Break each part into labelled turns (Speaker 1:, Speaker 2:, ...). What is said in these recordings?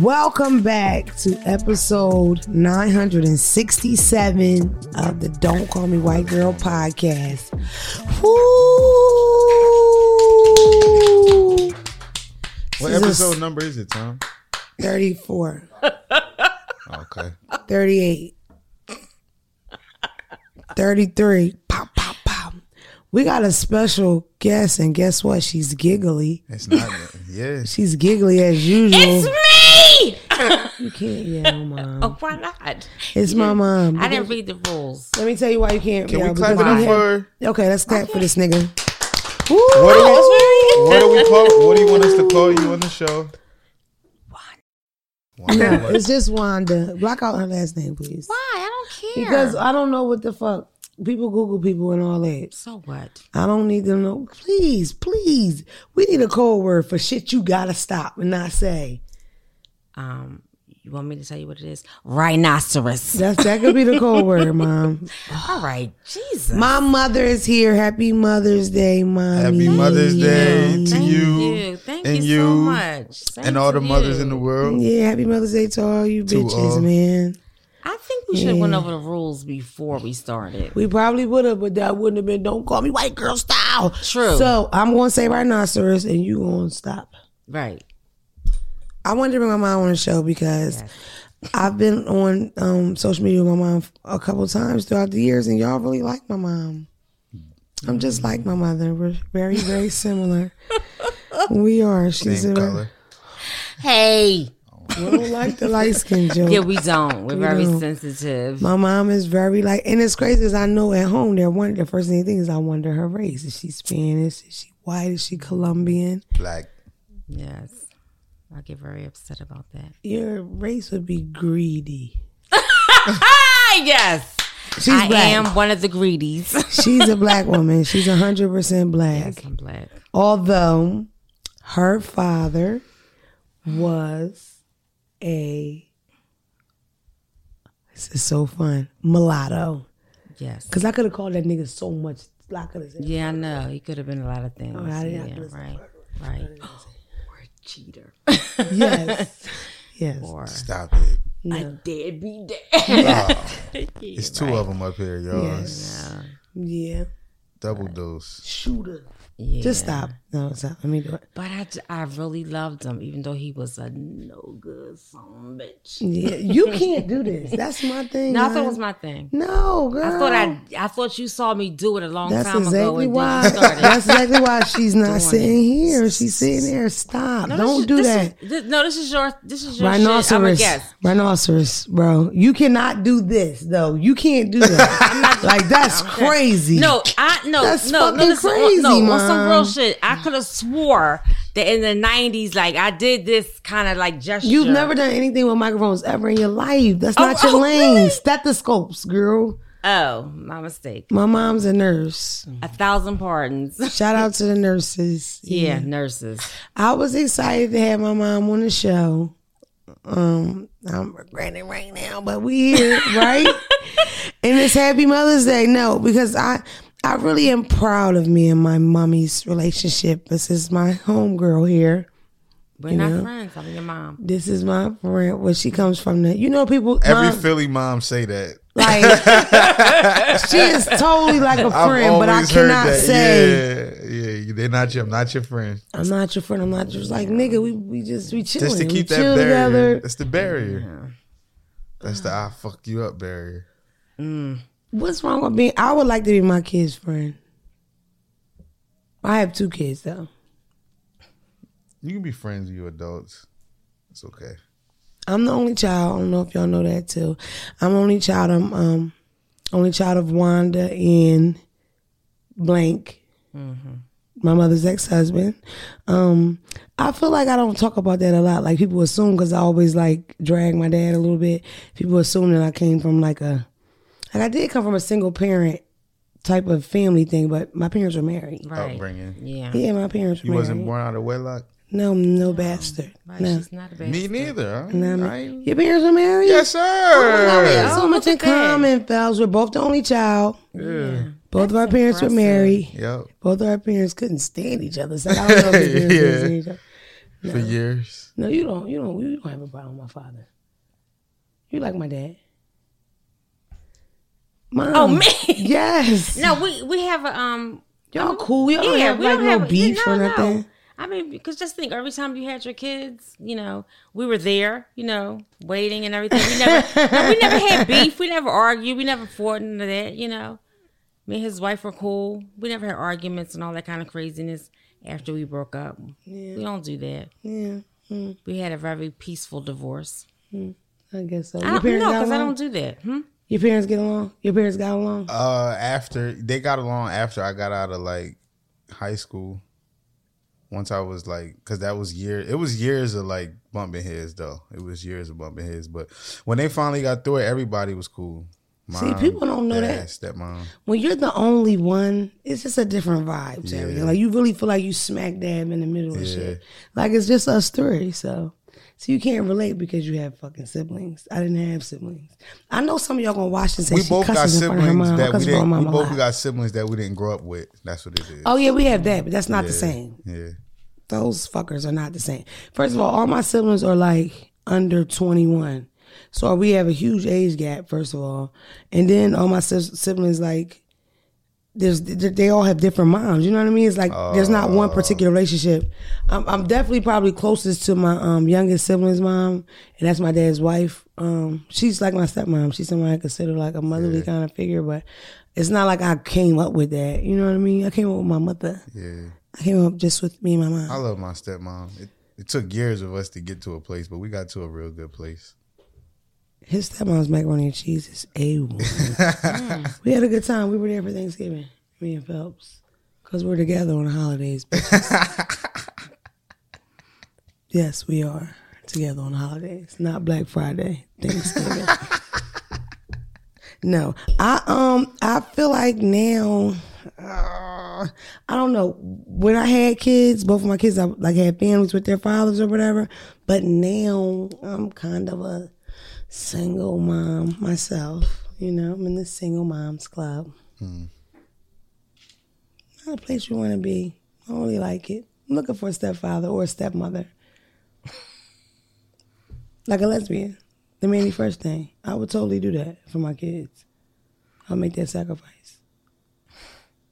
Speaker 1: Welcome back to episode 967 of the Don't Call Me White Girl podcast. Woo!
Speaker 2: What
Speaker 1: This is
Speaker 2: episode number is it, Tom?
Speaker 1: 34,
Speaker 2: Okay.
Speaker 1: 38, 33. Pop, pop, pop. We got a special guest, and guess what? She's giggly.
Speaker 2: It's not. Yes.
Speaker 1: She's giggly as usual.
Speaker 3: It's me.
Speaker 1: you can't yell, mom.
Speaker 3: Oh, why not?
Speaker 1: It's my mom.
Speaker 3: I didn't read the rules.
Speaker 1: Let me tell you why you can't.
Speaker 2: Can
Speaker 1: yell,
Speaker 2: we clap it
Speaker 1: because
Speaker 2: up
Speaker 1: you have-
Speaker 2: for?
Speaker 1: Okay, let's clap for this nigga. Woo!
Speaker 2: What do, we, what do we call? What do you want us to call you on the show? One.
Speaker 1: No, it's just Wanda. Block out her last name, please.
Speaker 3: Why? I don't care.
Speaker 1: Because I don't know what the fuck. People Google people and all that.
Speaker 3: so what?
Speaker 1: I don't need to know. Please, please. We need a code word for shit you gotta stop and not say.
Speaker 3: Um, you want me to tell you what it is? Rhinoceros.
Speaker 1: That's, that could be the code word, mom.
Speaker 3: All right, Jesus.
Speaker 1: My mother is here. Happy Mother's Day, mommy.
Speaker 2: Happy Mother's Day to
Speaker 3: Thank
Speaker 2: you,
Speaker 3: Thank
Speaker 2: and
Speaker 3: you,
Speaker 2: you
Speaker 3: so much. Same
Speaker 2: and all
Speaker 3: to
Speaker 2: the mothers
Speaker 3: you.
Speaker 2: in the world.
Speaker 1: Yeah, happy Mother's Day to all you bitches,
Speaker 2: all.
Speaker 1: man.
Speaker 3: I think we should have went over the rules before we started.
Speaker 1: We probably would have, but that wouldn't have been don't call me white girl style.
Speaker 3: True.
Speaker 1: So I'm gonna say rhinoceros and you gonna stop.
Speaker 3: right.
Speaker 1: I wanted to bring my mom on the show because I've been on um, social media with my mom a couple times throughout the years and y'all really like my mom. I'm just like my mother. We're very, very similar. we are. She's
Speaker 2: Same
Speaker 1: a,
Speaker 2: color.
Speaker 3: Hey.
Speaker 1: We don't like the light skin joke.
Speaker 3: Yeah, we don't. We're very
Speaker 1: don't.
Speaker 3: sensitive.
Speaker 1: My mom is very like, and it's crazy as I know at home, they're one. The first thing they think is I wonder her race. Is she Spanish? Is she white? Is she Colombian?
Speaker 2: Black.
Speaker 3: yes. I get very upset about that.
Speaker 1: Your race would be greedy.
Speaker 3: Ah, yes.
Speaker 1: She's
Speaker 3: I
Speaker 1: black.
Speaker 3: am one of the greedies.
Speaker 1: She's a black woman. She's hundred percent black.
Speaker 3: Yes, I'm black.
Speaker 1: Although her father was a. This is so fun, mulatto.
Speaker 3: Yes.
Speaker 1: Cause I could have called that nigga so much. I could have said
Speaker 3: Yeah, I know. He could have been a lot of things.
Speaker 1: I didn't
Speaker 3: yeah,
Speaker 1: have to
Speaker 3: right. Right. Or a cheater.
Speaker 1: yes, yes.
Speaker 3: or
Speaker 2: Stop it.
Speaker 3: a deadbeat dad.
Speaker 2: It's two of them up here, y'all. It's
Speaker 1: Yeah.
Speaker 2: Double dose.
Speaker 1: Shooter.
Speaker 3: Yeah.
Speaker 1: Just stop. No, stop. Let me do it.
Speaker 3: But I, j- I really loved him, even though he was a no good son of a bitch.
Speaker 1: Yeah. You can't do this. That's my thing.
Speaker 3: No, I
Speaker 1: man.
Speaker 3: thought it was my thing.
Speaker 1: No, girl.
Speaker 3: I thought I I thought you saw me do it a long
Speaker 1: That's
Speaker 3: time ago.
Speaker 1: exactly
Speaker 3: and
Speaker 1: why.
Speaker 3: Then you started.
Speaker 1: That's exactly why she's not sitting here. She's sitting there. Stop.
Speaker 3: No, this
Speaker 1: Don't
Speaker 3: is-
Speaker 1: do
Speaker 3: this
Speaker 1: that.
Speaker 3: is- this- no, this is your this is your shit. I'm a
Speaker 1: Rhinoceros.
Speaker 3: guest.
Speaker 1: Rhinoceros, bro. You cannot do this though. You can't do that. like that's crazy.
Speaker 3: No, I no
Speaker 1: That's
Speaker 3: no
Speaker 1: fucking
Speaker 3: no listen,
Speaker 1: crazy,
Speaker 3: on, no on
Speaker 1: Mom.
Speaker 3: some real shit. I could have swore that in the nineties, like I did this kind of like gesture.
Speaker 1: You've never done anything with microphones ever in your life. That's
Speaker 3: Oh,
Speaker 1: not your
Speaker 3: oh,
Speaker 1: lane.
Speaker 3: really?
Speaker 1: Stethoscopes, girl.
Speaker 3: Oh, my mistake.
Speaker 1: My mom's a nurse.
Speaker 3: A thousand pardons.
Speaker 1: Shout out to the nurses.
Speaker 3: Yeah, nurses.
Speaker 1: I was excited to have my mom on the show. Um, I'm regretting right now, but we here, right? and it's Happy Mother's Day. No, because I I really am proud of me and my mommy's relationship. This is my homegirl here.
Speaker 3: We're not friends. I'm your mom.
Speaker 1: This is my friend. Where she comes from, the you know people.
Speaker 2: Every
Speaker 1: mom,
Speaker 2: Philly mom say that.
Speaker 1: like she is totally like a
Speaker 2: I've
Speaker 1: friend, but I
Speaker 2: always heard
Speaker 1: cannot
Speaker 2: that.
Speaker 1: say.
Speaker 2: Yeah, yeah. They're not your, I'm not your friend.
Speaker 1: I'm not your friend. I'm not just like nigga. We we just we chilling.
Speaker 2: Just to keep
Speaker 1: we
Speaker 2: that
Speaker 1: chill
Speaker 2: barrier.
Speaker 1: together.
Speaker 2: That's the barrier. That's the I fuck you up barrier.
Speaker 1: What's wrong with being? I would like to be my kid's friend. I have two kids though.
Speaker 2: You can be friends with you adults. It's okay.
Speaker 1: I'm the only child. I don't know if y'all know that too. I'm the only child. I'm um only child of Wanda and blank. My mother's ex husband. Um, I feel like I don't talk about that a lot. Like people assume because I always like drag my dad a little bit. People assume that I came from like a like I did come from a single parent type of family thing, but my parents were married.
Speaker 3: Right.
Speaker 2: Upbringing.
Speaker 3: Yeah.
Speaker 1: Yeah, my parents were
Speaker 2: You
Speaker 1: married.
Speaker 2: wasn't born out of wedlock.
Speaker 1: No, no bastard.
Speaker 3: Right.
Speaker 1: No.
Speaker 3: She's not a bad.
Speaker 2: Me neither. Huh? I ain't-
Speaker 1: Your parents were married?
Speaker 2: Yes, sir.
Speaker 1: So much
Speaker 3: look
Speaker 1: in
Speaker 3: at that.
Speaker 1: common, fellas. We're both the only child.
Speaker 2: Yeah.
Speaker 1: Both of our parents were married.
Speaker 2: Yep.
Speaker 1: Both of our parents couldn't stand each other. So I don't know if they
Speaker 2: Yeah.
Speaker 1: couldn't stand each other.
Speaker 2: for years.
Speaker 1: No, you don't. You don't. You don't have a problem with my father. You like my dad. Mom.
Speaker 3: Oh, me?
Speaker 1: Yes.
Speaker 3: No, we we have a um.
Speaker 1: Y'all cool. Y'all don't have like no
Speaker 3: a-
Speaker 1: beef or
Speaker 3: no,
Speaker 1: nothing.
Speaker 3: No. I mean, because just think, every time you had your kids, you know, we were there, you know, waiting and everything. We never, no, we never had beef. We never argued. We never fought into that, you know. Me and his wife were cool. We never had arguments and all that kind of craziness after we broke up. We don't do that.
Speaker 1: Yeah. Mm,
Speaker 3: We had a very peaceful divorce.
Speaker 1: I guess so. Your
Speaker 3: I don't, no,
Speaker 1: parents got
Speaker 3: because I
Speaker 1: along.
Speaker 3: don't do that. Hmm?
Speaker 1: Your parents get along. Your parents got along.
Speaker 2: Uh, after they got along, after I got out of like high school, once I was like, because that was year, it was years of like bumping heads though. It was years of bumping heads, but when they finally got through it, everybody was cool.
Speaker 1: See, people don't know
Speaker 2: dad, Stepmom.
Speaker 1: When you're the only one, it's just a different vibe, Jerry.
Speaker 2: Yeah.
Speaker 1: Like you really feel like you smack dab in the middle of shit. Like it's just us three. So, so you can't relate because you have fucking siblings. I didn't have siblings. I know some of y'all gonna watch and say
Speaker 2: We
Speaker 1: she
Speaker 2: both got
Speaker 1: cusses in front of her
Speaker 2: siblings
Speaker 1: mom. I
Speaker 2: that we
Speaker 1: cuss in front of
Speaker 2: didn't.
Speaker 1: my
Speaker 2: We
Speaker 1: mom a
Speaker 2: both
Speaker 1: lot.
Speaker 2: got siblings that we didn't grow up with. That's what it is.
Speaker 1: Oh yeah, we have that, but that's not the
Speaker 2: Yeah.
Speaker 1: same.
Speaker 2: Yeah.
Speaker 1: Those fuckers are not the same. First of all, all my siblings are like under 21. So we have a huge age gap, first of all. And then all my sis- siblings, like, there's, they all have different moms. You know what I mean? It's like there's not one particular relationship. I'm, I'm definitely probably closest to my um, youngest sibling's mom, and that's my dad's wife. Um, she's like my stepmom. She's someone I consider like a motherly kind of figure, but it's not like I came up with that. You know what I mean? I came up with my mother.
Speaker 2: Yeah.
Speaker 1: I came up just with me and my mom.
Speaker 2: I love my stepmom. It, it took years of us to get to a place, but we got to a real good place.
Speaker 1: His stepmom's macaroni and cheese is a one. we had a good time. We were there for Thanksgiving, me and Phelps, because we're together on the holidays. bitches. yes, we are together on the holidays, not Black Friday, Thanksgiving. no, I um, I feel like now. uh, I don't know. When I had kids, both of my kids, I like had families with their fathers or whatever. But now I'm kind of a single mom myself. You know, I'm in the single moms club.
Speaker 2: Hmm.
Speaker 1: Not a place you want to be. I don't really like it. I'm looking for a stepfather or a stepmother. like a lesbian. The many first thing. I would totally do that for my kids. I'll make that sacrifice.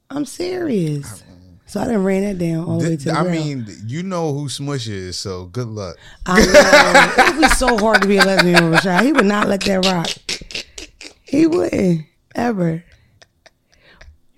Speaker 1: I'm serious. So I done ran that down all the way
Speaker 2: Th-
Speaker 1: to the
Speaker 2: I
Speaker 1: ground.
Speaker 2: mean, you know who Smush is, so good luck.
Speaker 1: I know. it would be so hard to be a lesbian with Rashad. He would not let that rock. He wouldn't ever.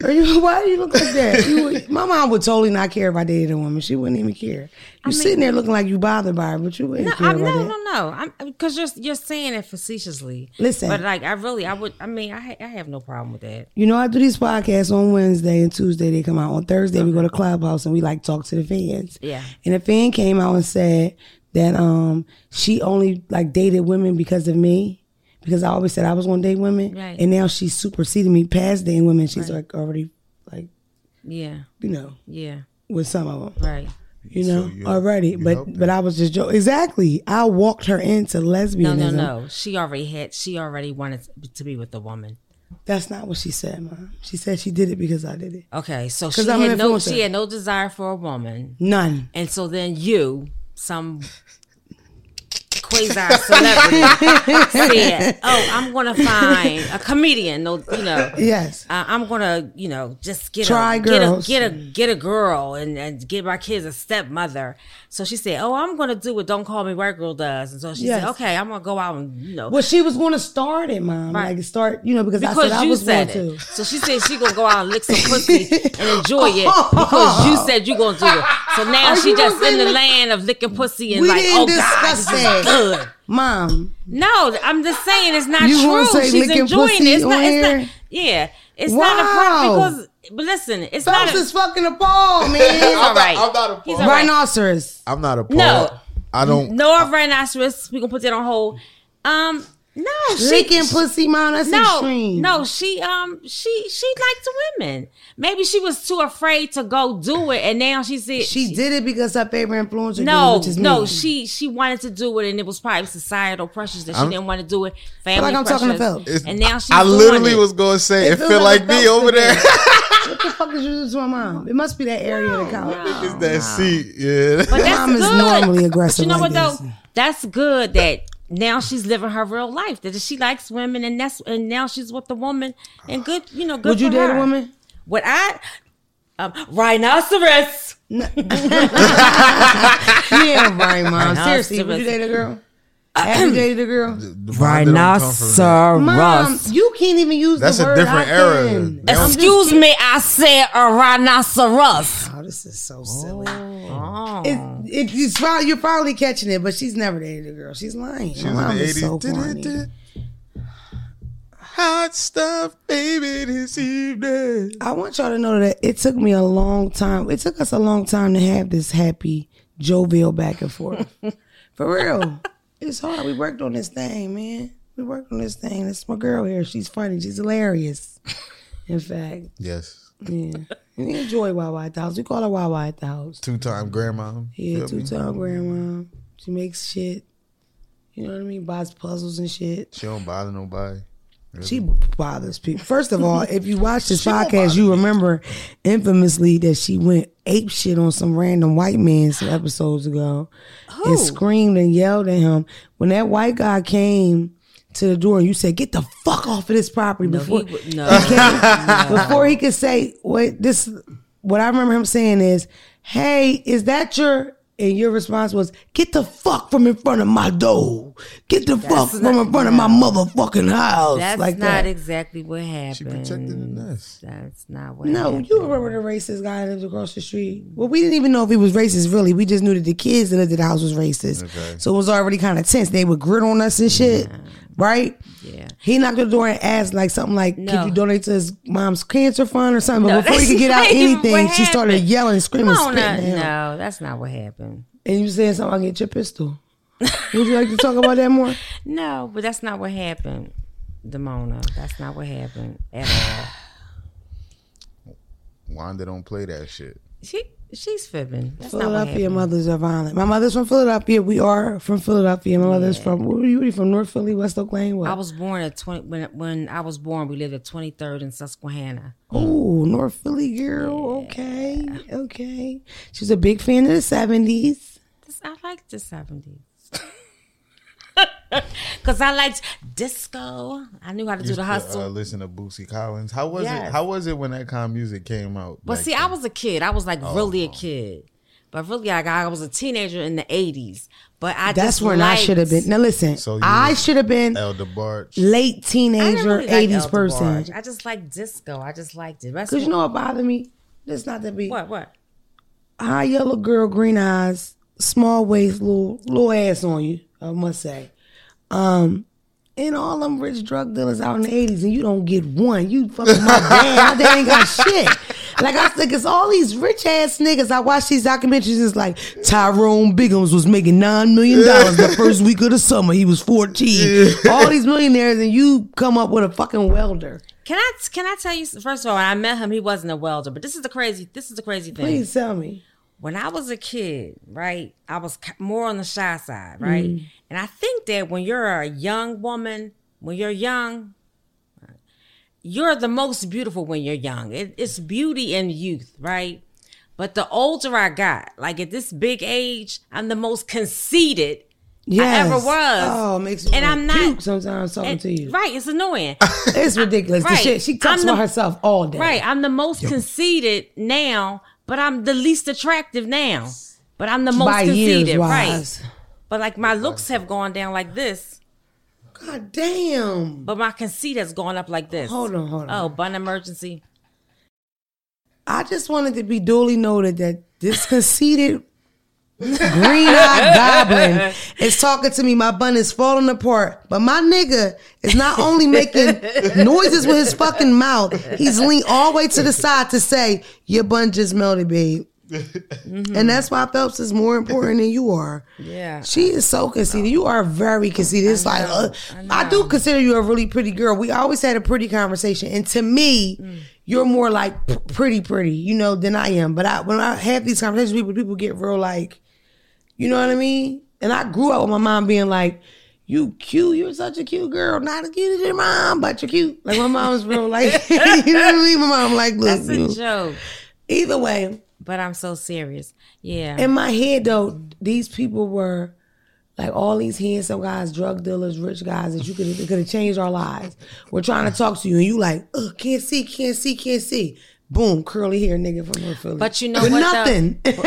Speaker 1: Are you, why do you look like that? You would, my mom would totally not care if I dated a woman. She wouldn't even care. You're sitting there looking like you bothered by her, but you wouldn't
Speaker 3: No,
Speaker 1: care
Speaker 3: I'm,
Speaker 1: about
Speaker 3: no,
Speaker 1: that.
Speaker 3: no, no. I'm because you're you're saying it facetiously.
Speaker 1: Listen.
Speaker 3: but like I really, I would. I mean, I ha- I have no problem with that.
Speaker 1: You know, I do these podcasts on Wednesday and Tuesday. They come out on Thursday. We go to Clubhouse and we like talk to the fans.
Speaker 3: Yeah.
Speaker 1: And a fan came out and said that um she only like dated women because of me because I always said I was going to date women.
Speaker 3: Right.
Speaker 1: And now she's superseding me past dating women. She's like already like
Speaker 3: Yeah,
Speaker 1: you know
Speaker 3: yeah,
Speaker 1: with some of them
Speaker 3: right.
Speaker 1: you know
Speaker 2: So you-
Speaker 1: already.
Speaker 2: you
Speaker 1: but
Speaker 2: helped
Speaker 1: but I was just joking. Exactly. I walked her into lesbianism.
Speaker 3: No, no, no. She already had. She already wanted to be with the woman.
Speaker 1: That's not what she said, mom. She said she did it because I did it.
Speaker 3: Okay, so she
Speaker 1: 'Cause I'm an
Speaker 3: had no.
Speaker 1: influencer.
Speaker 3: She had no desire for a woman,
Speaker 1: None.
Speaker 3: and so then you, some quasi celebrity, said, "Oh, I'm gonna find a comedian." No, you know.
Speaker 1: Yes.
Speaker 3: uh, I'm gonna, you know, just get
Speaker 1: Try
Speaker 3: a, get a
Speaker 1: girls.
Speaker 3: get a get a girl and, and get my kids a stepmother. So she said, "Oh, I'm gonna do what Don't Call Me White Girl does." And so she
Speaker 1: Yes.
Speaker 3: said, "Okay, I'm gonna go out and you know
Speaker 1: Well, she was going to start it, mom.
Speaker 3: Right.
Speaker 1: Like start, you know, because, I
Speaker 3: because
Speaker 1: said I
Speaker 3: you
Speaker 1: was
Speaker 3: said
Speaker 1: going to.
Speaker 3: it." So she said she gonna go out and lick some pussy and enjoy it because you said you gonna do it. So now
Speaker 1: Are
Speaker 3: she
Speaker 1: you
Speaker 3: just
Speaker 1: gonna
Speaker 3: in the
Speaker 1: lick-
Speaker 3: land of licking pussy and
Speaker 1: We
Speaker 3: like,
Speaker 1: didn't
Speaker 3: oh god,
Speaker 1: discuss
Speaker 3: this is
Speaker 1: that.
Speaker 3: good.
Speaker 1: Mom,
Speaker 3: No, I'm just saying it's not
Speaker 1: You
Speaker 3: true.
Speaker 1: wanna say
Speaker 3: She's
Speaker 1: licking
Speaker 3: enjoying
Speaker 1: pussy
Speaker 3: it. It's not,
Speaker 1: on
Speaker 3: it's
Speaker 1: air?
Speaker 3: not. Yeah, it's not a
Speaker 1: Wow.
Speaker 3: problem because. But listen, it's not.
Speaker 1: Phelps
Speaker 3: A,
Speaker 1: is fucking a ball,
Speaker 3: He's
Speaker 1: man.
Speaker 3: all right.
Speaker 2: I'm not a
Speaker 3: He's
Speaker 2: Paul.
Speaker 3: all right.
Speaker 1: Rhinoceros.
Speaker 2: I'm not a Paul.
Speaker 3: No.
Speaker 2: I don't.
Speaker 1: Oh.
Speaker 3: Nora Rhinoceros, we gonna put that on hold. Um, no, she
Speaker 1: Licking pussy, mom. That's
Speaker 3: no,
Speaker 1: extreme.
Speaker 3: no, she um, she she liked women. Maybe she was too afraid to go do it, and now she said
Speaker 1: she did it because her favorite influencer. did,
Speaker 3: No,
Speaker 1: which is
Speaker 3: no,
Speaker 1: me.
Speaker 3: she she wanted to do it, and it was probably societal pressures that she
Speaker 2: I'm-
Speaker 3: didn't want to do it. Family
Speaker 1: like I'm talking to
Speaker 3: pressures,
Speaker 1: Phelps.
Speaker 2: It's-
Speaker 3: and now she's
Speaker 2: I
Speaker 3: doing
Speaker 2: literally
Speaker 3: it.
Speaker 2: was gonna say it,
Speaker 1: feels
Speaker 2: feel
Speaker 1: like
Speaker 2: like,
Speaker 1: a
Speaker 2: me
Speaker 1: Phelps
Speaker 2: over there.
Speaker 1: What the fuck is you do to my mom? It must be that area of the couch.
Speaker 2: It's that seat. Yeah.
Speaker 3: But that's
Speaker 1: Mom is
Speaker 3: good.
Speaker 1: normally
Speaker 3: But
Speaker 1: aggressive.
Speaker 3: you know
Speaker 1: like
Speaker 3: what
Speaker 1: this.
Speaker 3: though? That's good that now she's living her real life. That she likes women, and that's and now she's with the woman, and good, you know, good.
Speaker 1: Would you
Speaker 3: for
Speaker 1: date
Speaker 3: her.
Speaker 1: a woman?
Speaker 3: Would I? Um, rhinoceros.
Speaker 1: Yeah, right, mom.
Speaker 3: Nah,
Speaker 1: Seriously,
Speaker 3: it's
Speaker 1: would you
Speaker 3: different.
Speaker 1: date a girl? Have you dated a girl?
Speaker 2: The Rhonda don't come from that.
Speaker 1: Mom, you can't even use
Speaker 2: That's
Speaker 1: the
Speaker 2: a
Speaker 1: word
Speaker 2: different
Speaker 1: I
Speaker 2: era.
Speaker 1: can.
Speaker 2: They don't-
Speaker 3: Excuse me, I said a rhinoceros.
Speaker 1: Oh, this is so silly.
Speaker 3: Oh.
Speaker 1: It, it, it's, prob- you're probably catching it, but she's never dated a girl. She's lying.
Speaker 2: She
Speaker 1: My
Speaker 2: was in
Speaker 1: mom
Speaker 2: the
Speaker 1: is
Speaker 2: eighties.
Speaker 1: so corny.
Speaker 2: Hot stuff, baby, this evening.
Speaker 1: I want y'all to know that it took me a long time. It took us a long time to have this happy, jovial back and forth. For real. It's hard. We worked on this thing, man. We worked on this thing. This is my girl here. She's funny. She's hilarious. In fact,
Speaker 2: Yes,
Speaker 1: yeah. We enjoy Wawa at the house. We call her Wawa at the house.
Speaker 2: two-time grandma.
Speaker 1: Yeah,
Speaker 2: Feel me?
Speaker 1: two time grandma. She makes shit. You know what I mean? Buys puzzles and shit.
Speaker 2: She don't bother nobody.
Speaker 1: She bothers people. First of all, if you watch this
Speaker 2: won't
Speaker 1: podcast,
Speaker 2: bother
Speaker 1: you remember infamously that she went ape shit on some random white man some episodes ago and screamed and yelled at him. When that white guy came to the door, you said, "Get the fuck off of this property!" before before he could say what this what I remember him saying is, Hey, is that your and your response was, Get the fuck from in front of my door. Get the fuck from in front of my motherfucking house.
Speaker 3: That's
Speaker 1: like
Speaker 3: not
Speaker 1: that.
Speaker 3: exactly what
Speaker 2: She
Speaker 3: happened.
Speaker 2: protected the nest.
Speaker 3: That's not what
Speaker 1: no,
Speaker 3: happened.
Speaker 1: you remember the racist guy that lived across the street. Well, we didn't even know if he was racist, really. We just knew that the kids that lived at the house was racist. So it was already kind of tense. They would grit on us and shit, right?
Speaker 3: Yeah.
Speaker 1: He knocked on the door and asked like something like,
Speaker 3: No.
Speaker 1: "Could you donate to his mom's cancer fund or something?" But
Speaker 3: No,
Speaker 1: before he could get out
Speaker 3: that's not even
Speaker 1: anything,
Speaker 3: what
Speaker 1: she started
Speaker 3: happened.
Speaker 1: yelling, screaming,
Speaker 3: Come on,
Speaker 1: spitting.
Speaker 3: now.
Speaker 1: at him.
Speaker 3: no, that's not what happened.
Speaker 1: And you saying something? I get your pistol. Would you like to talk about that more?
Speaker 3: No, but that's not what happened, Demona. That's not what happened at all.
Speaker 2: Wanda don't play that shit.
Speaker 3: She she's fibbing. That's not what
Speaker 1: Philadelphia
Speaker 3: happened.
Speaker 1: mothers are violent. My mother's from Philadelphia. We are from Philadelphia. My mother's from where were you? Were you from North Philly, West Oak Lane?
Speaker 3: I
Speaker 1: What?
Speaker 3: was born at twenty when when I was born, we lived at twenty third in Susquehanna.
Speaker 1: Oh, North Philly girl. Okay, okay. She's a big fan of the seventies.
Speaker 3: This- I like the seventies. Cause I liked disco. I knew how to do
Speaker 2: Used
Speaker 3: the
Speaker 2: to,
Speaker 3: hustle.
Speaker 2: Uh, listen to Boosie Collins. How was it?
Speaker 3: Yes.
Speaker 2: How was it when that kind of music came out?
Speaker 3: But
Speaker 2: back
Speaker 3: see,
Speaker 2: then?
Speaker 3: I was a kid. I was like really a kid. But really, like, I was a teenager in the eighties. But I
Speaker 1: That's
Speaker 3: just
Speaker 1: when I
Speaker 3: liked-
Speaker 1: should have been. Now listen,
Speaker 2: So you
Speaker 1: I
Speaker 2: was-
Speaker 1: should have been
Speaker 2: El DeBarge.
Speaker 1: late
Speaker 3: I didn't
Speaker 1: teenager,
Speaker 3: really like
Speaker 1: eighties
Speaker 3: Elta
Speaker 1: person.
Speaker 3: Barge. I just like disco. I just liked it. That's
Speaker 1: Cause you know what bothered me? It's not that big.
Speaker 3: what what
Speaker 1: High yellow girl, green eyes, small waist, little little ass on you. I must say. Um, and all them rich drug dealers out in the eighties, and you don't get one. You fucking my dad. My dad ain't got shit. Like I think it's all these rich ass niggas. I watch these documentaries. It's like Tyrone Biggums was making nine million dollars the first week of the summer. He was fourteen. All these millionaires, and you come up with a fucking welder.
Speaker 3: can I can I tell you? First of all, when I met him, he wasn't a welder. But this is the crazy. This is the crazy thing.
Speaker 1: Please tell me.
Speaker 3: when I was a kid, right, I was ki- more on the shy side, right?
Speaker 1: Mm.
Speaker 3: And I think that when you're a young woman, when you're young, you're the most beautiful when you're young. It, it's beauty and youth, right? But the older I got, like at this big age, I'm the most conceited
Speaker 1: Yes.
Speaker 3: I ever was.
Speaker 1: Oh, it makes me
Speaker 3: And
Speaker 1: wanna
Speaker 3: I'm not-
Speaker 1: puke sometimes talking
Speaker 3: And-
Speaker 1: to you.
Speaker 3: Right, it's annoying.
Speaker 1: It's ridiculous. The
Speaker 3: Right.
Speaker 1: shit she talks
Speaker 3: I'm
Speaker 1: about
Speaker 3: the-
Speaker 1: herself all day.
Speaker 3: Right. I'm the most conceited now, but I'm the least attractive now. But I'm the most
Speaker 1: By
Speaker 3: conceited.
Speaker 1: years
Speaker 3: right.
Speaker 1: wise.
Speaker 3: But like my looks have gone down like this,
Speaker 1: God damn.
Speaker 3: but my conceit has gone up like this.
Speaker 1: Hold on, hold on.
Speaker 3: Oh, bun emergency.
Speaker 1: I just wanted to be duly noted that this conceited green-eyed goblin is talking to me. My bun is falling apart, but my nigga is not only making noises with his fucking mouth. He's leaned all the way to the side to say, "Your bun just melted, babe." And that's why Phelps is more important than you are.
Speaker 3: Yeah.
Speaker 1: She is so conceited. You are very conceited. It's like uh, I, do consider you a really pretty girl. We always had a pretty conversation, and to me,
Speaker 3: Mm.
Speaker 1: you're more like p- pretty, pretty, you know, than I am. But I when I have these conversations, with people people get real like, you know what I mean. And I grew up with my mom being like, you cute. You're such a cute girl. Not as cute as your mom, but you're cute. Like my mom's real like you know what I mean? My mom like look.
Speaker 3: That's
Speaker 1: you
Speaker 3: a
Speaker 1: know.
Speaker 3: joke,
Speaker 1: Either way,
Speaker 3: but I'm so serious. Yeah.
Speaker 1: in my head though, these people were like all these handsome guys, drug dealers, rich guys that you could could have changed our lives. We're trying to talk to you, and you like, Ugh, can't see, can't see, can't see. Boom, curly hair nigga from North Philly.
Speaker 3: But you know
Speaker 1: With
Speaker 3: what, though?
Speaker 1: Nothing.
Speaker 3: but-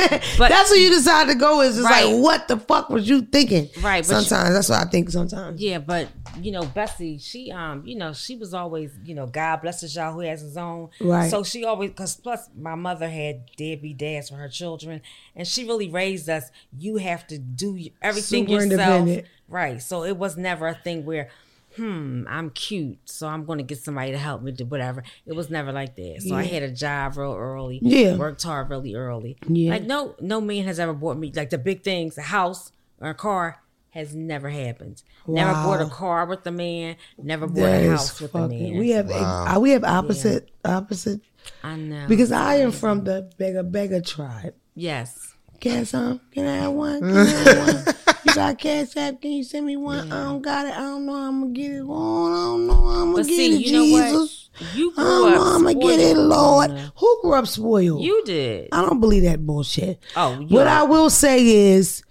Speaker 1: that's what you decide to go is. It's
Speaker 3: Right.
Speaker 1: like, what the fuck was you thinking?
Speaker 3: Right, but you-
Speaker 1: Sometimes that's what I think. Sometimes.
Speaker 3: Yeah, but you know, Bessie, she um, you know, she was always, you know, God blesses y'all who has his own.
Speaker 1: Right.
Speaker 3: So she always cause plus my mother had deadbeat dads for her children and she really raised us, you have to do everything
Speaker 1: Super
Speaker 3: yourself.
Speaker 1: independent.
Speaker 3: Right. So it was never a thing where, hmm, I'm cute, so I'm gonna get somebody to help me do whatever. It was never like that. So I had a job real early.
Speaker 1: Yeah.
Speaker 3: Worked hard really early.
Speaker 1: Yeah.
Speaker 3: Like no no man has ever bought me like the big things, a house or a car has never happened. Never
Speaker 1: Wow.
Speaker 3: bought a car with a man. Never bought
Speaker 1: That
Speaker 3: a
Speaker 1: is
Speaker 3: house with a
Speaker 1: fucking-
Speaker 3: man.
Speaker 1: We have uh, we have opposite opposite
Speaker 3: I know.
Speaker 1: because I am from the Bega Bega tribe.
Speaker 3: yes.
Speaker 1: Can I have some? Can I have one? Can I have one? You got cash app? Can you send me one? I don't got it. I don't know. I'm gonna get it. Oh, I don't know. I'm gonna
Speaker 3: But
Speaker 1: get
Speaker 3: see,
Speaker 1: it.
Speaker 3: you know what?
Speaker 1: Jesus.
Speaker 3: You
Speaker 1: I
Speaker 3: grew
Speaker 1: don't
Speaker 3: up
Speaker 1: know. I'm gonna get it,
Speaker 3: spoiled,
Speaker 1: Lord.
Speaker 3: Lorna.
Speaker 1: Who grew up spoiled?
Speaker 3: You did.
Speaker 1: I don't believe that bullshit.
Speaker 3: Oh, you
Speaker 1: what
Speaker 3: are-
Speaker 1: I will say is,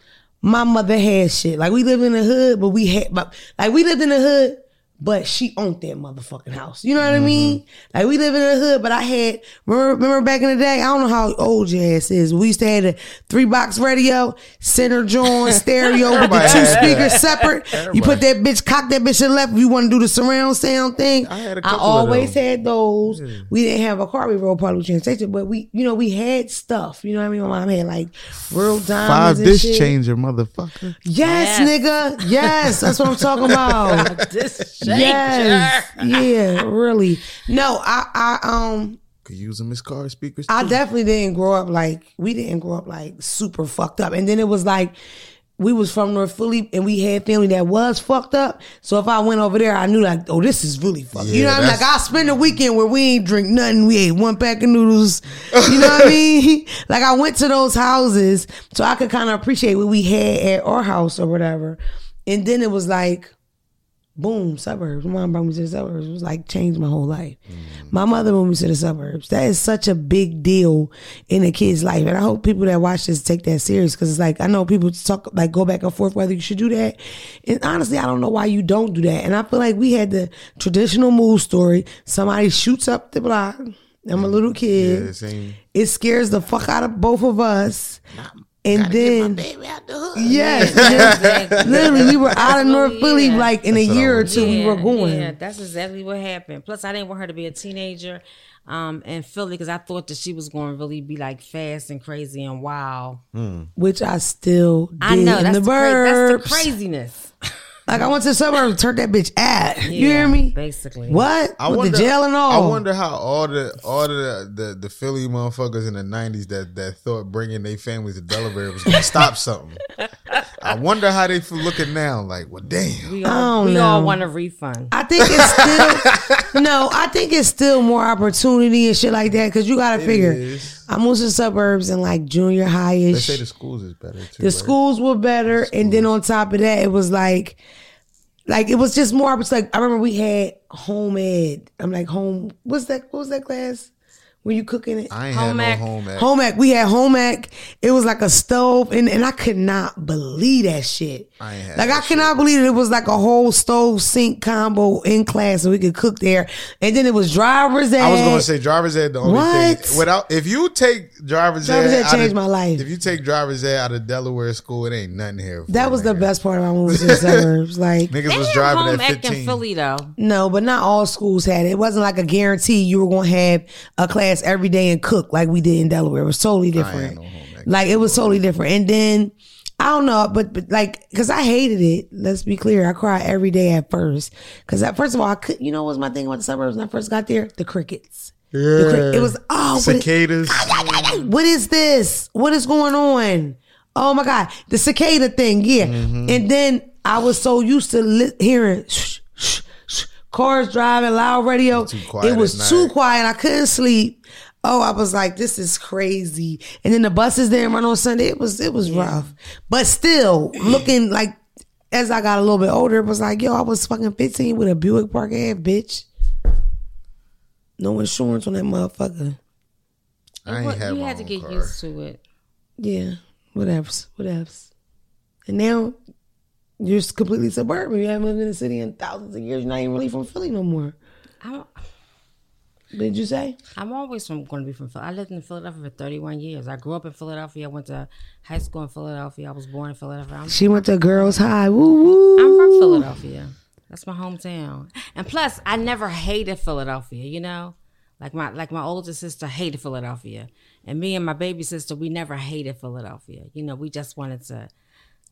Speaker 1: my mother had shit. Like we lived in the hood, but we had, but like we lived in the hood, but she owned that motherfucking house. You know
Speaker 2: Mm-hmm.
Speaker 1: what I mean? Like we lived in the hood, but I had. Remember, remember back in the day. I don't know how old your ass is. We used to have a three box radio, center joint stereo with the
Speaker 2: Everybody
Speaker 1: two
Speaker 2: had that.
Speaker 1: speakers separate. You put
Speaker 2: Everybody.
Speaker 1: that bitch, cock that bitch to the left. If you want to do the surround sound thing,
Speaker 2: I had a
Speaker 1: I
Speaker 2: couple of
Speaker 1: always
Speaker 2: those.
Speaker 1: had those. We didn't have a car. We rode public transportation, but we, you know, we had stuff. You know what I mean? My mom had like real
Speaker 2: Five
Speaker 1: diamonds. and
Speaker 2: dish
Speaker 1: shit.
Speaker 2: changer, motherfucker.
Speaker 1: Yes, nigga. Yes, that's what I'm talking about.
Speaker 3: This
Speaker 1: yes, yeah, really. No, I, I, um,
Speaker 2: Could use them as car speakers.
Speaker 1: I
Speaker 2: too.
Speaker 1: definitely didn't grow up like we didn't grow up like super fucked up. And then it was like we was from North Philly and we had family that was fucked up. So if I went over there, I knew like, oh, this is really fucked. you
Speaker 2: Yeah,
Speaker 1: know what I mean? Like
Speaker 2: that's-
Speaker 1: I spend a weekend where we ain't drink nothing. We ate one pack of noodles. You know what I mean? Like I went to those houses so I could kind of appreciate what we had at our house or whatever. And then it was like boom, suburbs. My mom brought me to the suburbs. It was like changed my whole life. My mother moved me to the suburbs. That is such a big deal in a kid's life. And I hope people that watch this take that serious because it's like, I know people talk, like, go back and forth whether you should do that. And honestly, I don't know why you don't do that. And I feel like we had the traditional move story somebody shoots up the block. I'm a little kid.
Speaker 2: Yeah, same.
Speaker 1: It scares the fuck out of both of us. And then,
Speaker 4: baby out the hood.
Speaker 1: yes, yes. literally, we were out of North
Speaker 3: Oh,
Speaker 1: Philly
Speaker 3: yeah.
Speaker 1: like in a
Speaker 2: what I
Speaker 1: year or
Speaker 2: was
Speaker 1: two. we were going.
Speaker 3: Yeah, that's exactly what happened. Plus, I didn't want her to be a teenager um, in Philly because I thought that she was going to really be like fast and crazy and wild.
Speaker 1: which I still did
Speaker 3: I know.
Speaker 1: Mm-hmm. in
Speaker 3: That's
Speaker 1: the
Speaker 3: the, cra-
Speaker 1: burbs.
Speaker 3: that's the craziness.
Speaker 1: Like I went to the suburbs, turned that bitch out. you
Speaker 3: Yeah,
Speaker 1: hear me?
Speaker 3: Basically.
Speaker 1: What
Speaker 2: I
Speaker 1: with
Speaker 2: wonder,
Speaker 1: the jail and all?
Speaker 2: I wonder how all the all the the, the Philly motherfuckers in the nineties that that thought bringing their families to Delaware was gonna stop something. I wonder how they feel looking now. Like, well, damn.
Speaker 3: We
Speaker 1: I
Speaker 3: all,
Speaker 1: don't
Speaker 3: we all
Speaker 1: know.
Speaker 3: want a refund.
Speaker 1: I think it's still no. I think it's still more opportunity and shit like that because you got to figure.
Speaker 2: is.
Speaker 1: I moved to the suburbs in like junior high
Speaker 2: They
Speaker 1: ish.
Speaker 2: say the schools is better too.
Speaker 1: the schools were better, and then on top of that, it was like, like it was just more. It's like I remember we had home ed. I'm like home. What's that? What was that class? Were you cooking it?
Speaker 2: I ain't
Speaker 3: Home
Speaker 2: had
Speaker 3: ec.
Speaker 2: no home ec.
Speaker 1: Home ec. We had home ec. It was like a stove, and, and I could not believe that shit.
Speaker 2: I ain't had
Speaker 1: like I
Speaker 2: that
Speaker 1: cannot believe that it was like a whole stove sink combo in class, and we could cook there. And then it was driver's ed.
Speaker 2: I was gonna say driver's ed. The only
Speaker 1: What?
Speaker 2: thing without if you take driver's,
Speaker 1: Driver's ed
Speaker 2: out of-
Speaker 1: changed my life.
Speaker 2: If you take driver's ed out of Delaware school, it ain't nothing here. for
Speaker 1: that was the
Speaker 2: nigga.
Speaker 1: best part about moving to the suburbs. Like
Speaker 2: Niggas
Speaker 3: They
Speaker 2: was
Speaker 3: have
Speaker 2: driving at
Speaker 3: home ec in
Speaker 2: fifteen.
Speaker 3: Philly though.
Speaker 1: no, but not all schools had it. It wasn't like a guarantee you were gonna have a class every day and cook like we did in Delaware. It was totally different.
Speaker 2: no home ec.
Speaker 1: like it was totally different. And then I don't know, but, but like, cause I hated it. Let's be clear. I cried every day at first. Cause at first of all, I could, you know, what was my thing about the suburbs when I first got there? The crickets. The cri- it was, oh, what is,
Speaker 2: cicadas.
Speaker 1: what is this? What is going on? Oh my God. The cicada thing. Yeah.
Speaker 2: Mm-hmm.
Speaker 1: And then I was so used to li- hearing shh, shh, shh, cars driving, loud radio.
Speaker 2: quiet
Speaker 1: it
Speaker 2: at
Speaker 1: was too
Speaker 2: night.
Speaker 1: quiet. I couldn't sleep. Oh, I was like, this is crazy. And then the buses didn't run on Sunday. It was it was rough. But still, looking like as I got a little bit older, it was like, yo, I was fucking 15 with a Buick Parkhead, bitch. No insurance on that motherfucker.
Speaker 2: I ain't
Speaker 3: What-
Speaker 2: had
Speaker 3: you
Speaker 2: my
Speaker 3: had to
Speaker 2: own
Speaker 3: get
Speaker 2: car.
Speaker 3: used to it.
Speaker 1: Yeah, whatevs, whatevs. And now you're completely suburban. You haven't lived in the city in thousands of years. You're not even really from Philly no more.
Speaker 3: I'm,
Speaker 1: What did you say?
Speaker 3: I'm always from, going to be from Philly. I lived in Philadelphia for 31 years. I grew up in Philadelphia. I went to high school in Philadelphia. I was born in Philadelphia. I'm,
Speaker 1: She went to girls' high. Woo woo.
Speaker 3: I'm from Philadelphia. That's my hometown. And plus, I never hated Philadelphia, you know? Like my like my older sister hated Philadelphia. And me and my baby sister, we never hated Philadelphia. You know, we just wanted to,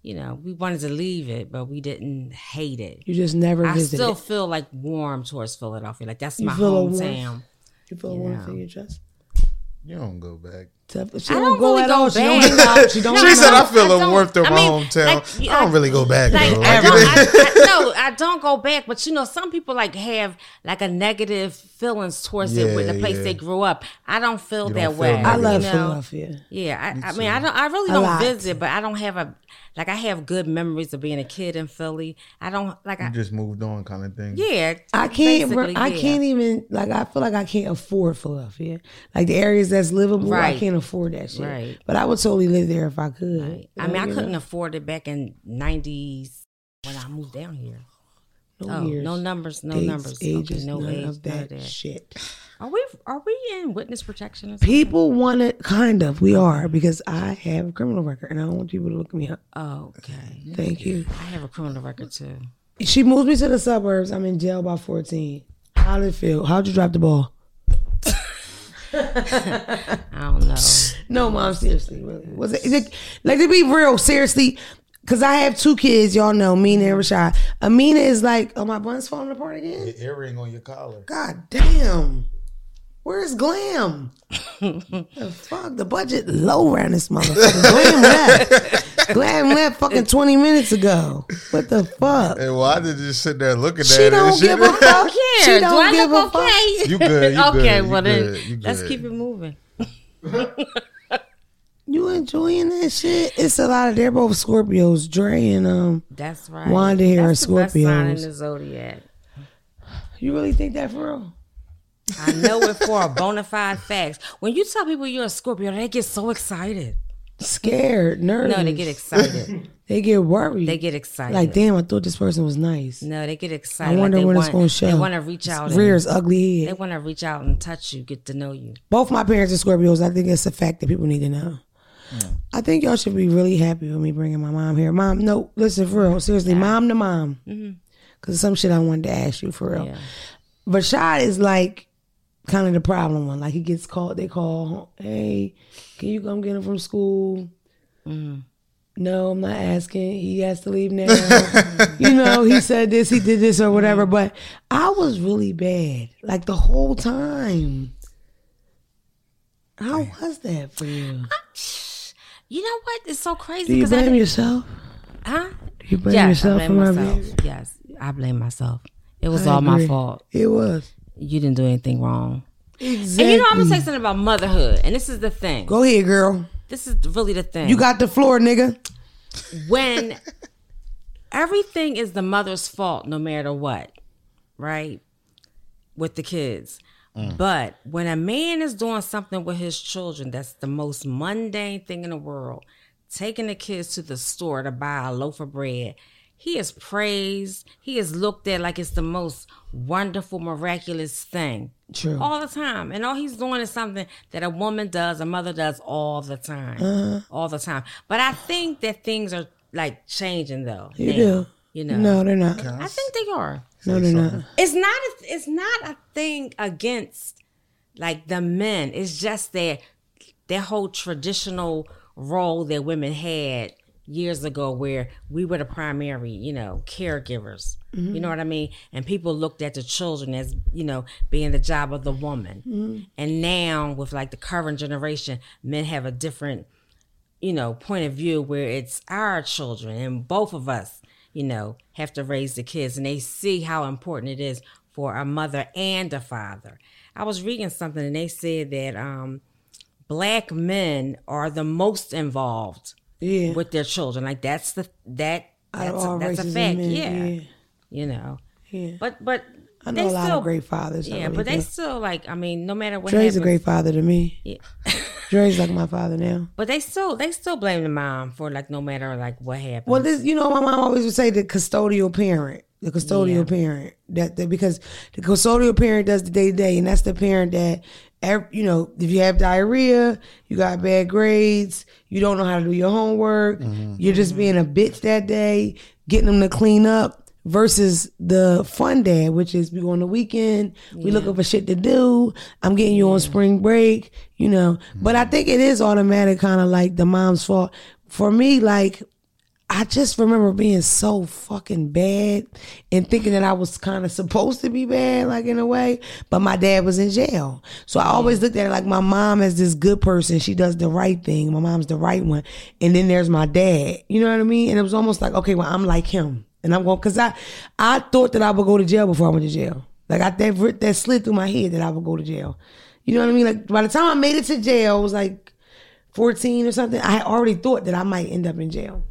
Speaker 3: you know, we wanted to leave it, but we didn't hate it.
Speaker 1: You just never
Speaker 3: I
Speaker 1: visited.
Speaker 3: still feel like warm towards Philadelphia. Like that's my
Speaker 1: feel a warmth?
Speaker 3: hometown.
Speaker 1: you feel
Speaker 3: Yeah.
Speaker 1: warmth in your chest.
Speaker 2: You don't go back.
Speaker 1: Tough. She
Speaker 3: I
Speaker 1: don't,
Speaker 3: don't
Speaker 1: go
Speaker 3: really
Speaker 1: at
Speaker 3: go
Speaker 1: all. She
Speaker 3: back.
Speaker 1: don't,
Speaker 3: No,
Speaker 1: she don't
Speaker 3: no,
Speaker 2: She said,
Speaker 3: no,
Speaker 2: "I feel
Speaker 3: I
Speaker 2: a
Speaker 3: don't-
Speaker 2: warmth in
Speaker 3: I
Speaker 2: my
Speaker 3: mean,
Speaker 2: hometown.
Speaker 3: like,
Speaker 2: I don't really go back
Speaker 3: Like,
Speaker 2: though.
Speaker 3: I
Speaker 2: Like,
Speaker 3: don't,
Speaker 2: it is-
Speaker 3: I, I, no, I don't go back. But you know, some people like have like a negative feelings towards it with the
Speaker 2: Yeah,
Speaker 3: place
Speaker 2: yeah.
Speaker 3: they grew up. I don't feel
Speaker 2: You
Speaker 3: that
Speaker 2: don't feel
Speaker 3: way.
Speaker 2: negative.
Speaker 1: I love
Speaker 3: you know?
Speaker 1: Philadelphia.
Speaker 3: Yeah, I, I mean, I don't. I really
Speaker 1: A
Speaker 3: don't
Speaker 1: lot.
Speaker 3: visit, but I don't have a like. I have good memories of being a kid in Philly. I don't like. I,
Speaker 2: You just moved on, kind of thing.
Speaker 3: yeah,
Speaker 1: I can't. re-
Speaker 3: basically,
Speaker 1: I
Speaker 3: yeah.
Speaker 1: can't even. Like I feel like I can't afford Philadelphia. Like the areas that's livable,
Speaker 3: Right.
Speaker 1: I can't afford that shit.
Speaker 3: Right.
Speaker 1: But I would totally live there if I could.
Speaker 3: I mean, I
Speaker 1: You know,
Speaker 3: couldn't afford it back in '90s when I moved down here.
Speaker 1: No,
Speaker 3: Oh,
Speaker 1: years,
Speaker 3: no numbers, no
Speaker 1: dates,
Speaker 3: numbers,
Speaker 1: ages,
Speaker 3: okay, no
Speaker 1: none
Speaker 3: age,
Speaker 1: of
Speaker 3: none
Speaker 1: that,
Speaker 3: of that.
Speaker 1: shit.
Speaker 3: Are we are we in witness protection? Or something?
Speaker 1: People want to kind of. We are because I have a criminal record, and I don't want people to look me up.
Speaker 3: Oh, okay.
Speaker 1: Thank you.
Speaker 3: I have a criminal record too.
Speaker 1: She moved me to the suburbs. I'm in jail by 14. How did it feel? How'd you drop the ball?
Speaker 3: I don't know.
Speaker 1: No, mom, seriously, really. Was it like, like to be real, seriously? Because I have two kids, y'all know, Mina and Rashad. Amina is like, oh, my bun's falling apart again?
Speaker 2: The earring on your collar.
Speaker 1: God damn. Where's glam? the fuck, the budget low around this motherfucker. Glam left. Glam left fucking 20 minutes ago. What the fuck?
Speaker 2: Hey, well, I did just sit there looking at
Speaker 1: She
Speaker 2: it.
Speaker 1: don't
Speaker 2: and
Speaker 1: give a fuck. She
Speaker 3: Do I
Speaker 1: don't give a
Speaker 3: look
Speaker 1: fuck.
Speaker 3: okay?
Speaker 2: You good? You
Speaker 3: okay,
Speaker 2: good, you
Speaker 3: well then
Speaker 2: good, you
Speaker 3: let's
Speaker 2: good.
Speaker 3: keep it moving.
Speaker 1: You enjoying that shit? It's a lot of they're both Scorpios, Dre and um.
Speaker 3: That's right.
Speaker 1: Wanda here
Speaker 3: That's
Speaker 1: and
Speaker 3: the best sign in
Speaker 1: Scorpios.
Speaker 3: the zodiac.
Speaker 1: You really think that for real?
Speaker 3: I know it for a bona fide fact. When you tell people you're a Scorpio, they get so excited.
Speaker 1: Scared, nervous.
Speaker 3: No, they get excited.
Speaker 1: They get worried.
Speaker 3: they get excited.
Speaker 1: like, damn, I thought this person was nice.
Speaker 3: no, they get excited.
Speaker 1: I wonder
Speaker 3: they
Speaker 1: when
Speaker 3: want,
Speaker 1: it's gonna show.
Speaker 3: They want to reach out. and-
Speaker 1: Rears, ugly
Speaker 3: they
Speaker 1: head.
Speaker 3: want to reach out and touch you, get to know you.
Speaker 1: Both my parents are Scorpios. I think it's a fact that people need to know. I think y'all should be really happy with me bringing my mom here. Mom, no, listen for real, seriously, mom to mom, because some shit I wanted to ask you for real.
Speaker 3: Yeah.
Speaker 1: Rashad is like kind of the problem one. Like he gets called, they call, hey, can you come get him from school? No, I'm not asking. He has to leave now. you know, he said this, he did this, or whatever. But I was really bad, like the whole time. How was that for you?
Speaker 3: You know what? It's so crazy.
Speaker 1: Do you
Speaker 3: 'cause I
Speaker 1: blame
Speaker 3: didn't-
Speaker 1: yourself?
Speaker 3: Huh?
Speaker 1: Do you blame
Speaker 3: Yes,
Speaker 1: yourself
Speaker 3: I
Speaker 1: for
Speaker 3: blame
Speaker 1: my
Speaker 3: myself.
Speaker 1: behavior?
Speaker 3: Yes, I blame myself. It was
Speaker 1: I
Speaker 3: all my
Speaker 1: agree.
Speaker 3: fault.
Speaker 1: It was.
Speaker 3: You didn't do anything wrong.
Speaker 1: Exactly.
Speaker 3: And you know, I'm gonna say something about motherhood, and this is the thing.
Speaker 1: Go ahead, girl.
Speaker 3: This is really the thing.
Speaker 1: You got the floor, nigga.
Speaker 3: when everything is the mother's fault, no matter what, right? With the kids. But when a man is doing something with his children, that's the most mundane thing in the world. Taking the kids to the store to buy a loaf of bread, he is praised. He is looked at like it's the most wonderful, miraculous thing
Speaker 1: True.
Speaker 3: all the time. And all he's doing is something that a woman does, a mother does all the time. All the time. But I think that things are like changing though.
Speaker 1: You
Speaker 3: now,
Speaker 1: do.
Speaker 3: You know.
Speaker 1: No, they're not.
Speaker 3: I think they are.
Speaker 1: No, they're not.
Speaker 3: It's not a, it's not a thing against like the men. It's just that that whole traditional role that women had years ago where we were the primary, you know, caregivers. You know what I mean? And people looked at the children as, you know, being the job of the woman. And now with like the current generation, men have a different you know, point of view where it's our children and both of us, you know, have to raise the kids and they see how important it is for a mother and a father. I was reading something and they said that um black men are the most involved
Speaker 1: Yeah.
Speaker 3: with their children. Like that's the that
Speaker 1: Out of
Speaker 3: That's a-
Speaker 1: all
Speaker 3: that's a
Speaker 1: races and
Speaker 3: fact,
Speaker 1: men,
Speaker 3: yeah.
Speaker 1: yeah.
Speaker 3: you know.
Speaker 1: Yeah.
Speaker 3: But but
Speaker 1: I know
Speaker 3: they
Speaker 1: a lot
Speaker 3: still-
Speaker 1: of great fathers. I
Speaker 3: Yeah,
Speaker 1: really
Speaker 3: but they
Speaker 1: do.
Speaker 3: still like. I mean, no matter what.
Speaker 1: Dre's a
Speaker 3: happens-
Speaker 1: great father to me.
Speaker 3: Yeah.
Speaker 1: Dre's like my father now.
Speaker 3: but they still they still blame the mom for like no matter like what happened.
Speaker 1: Well, this you know, my mom always would say the custodial parent, the custodial parent that, that because the custodial parent does the day to day, and that's the parent that ev- you know if you have diarrhea, you got bad grades, you don't know how to do your homework, you're just being a bitch that day, getting them to clean up. Versus the fun dad, which is we go on the weekend, we looking for shit to do. I'm getting you on spring break, you know. But I think it is automatic, kind of like the mom's fault. For me, like I just remember being so fucking bad and thinking that I was kind of supposed to be bad, like in a way, but my dad was in jail. So I always looked at it like my mom is this good person. She does the right thing. My mom's the right one. And then there's my dad. You know what I mean? And it was almost like, okay, well, I'm like him. And I'm going, cause I, I thought that I would go to jail before I went to jail. Like I, that, that slid through my head that I would go to jail. You know what I mean? Like by the time I made it to jail, it was like 14 or something. I had already thought that I might end up in jail.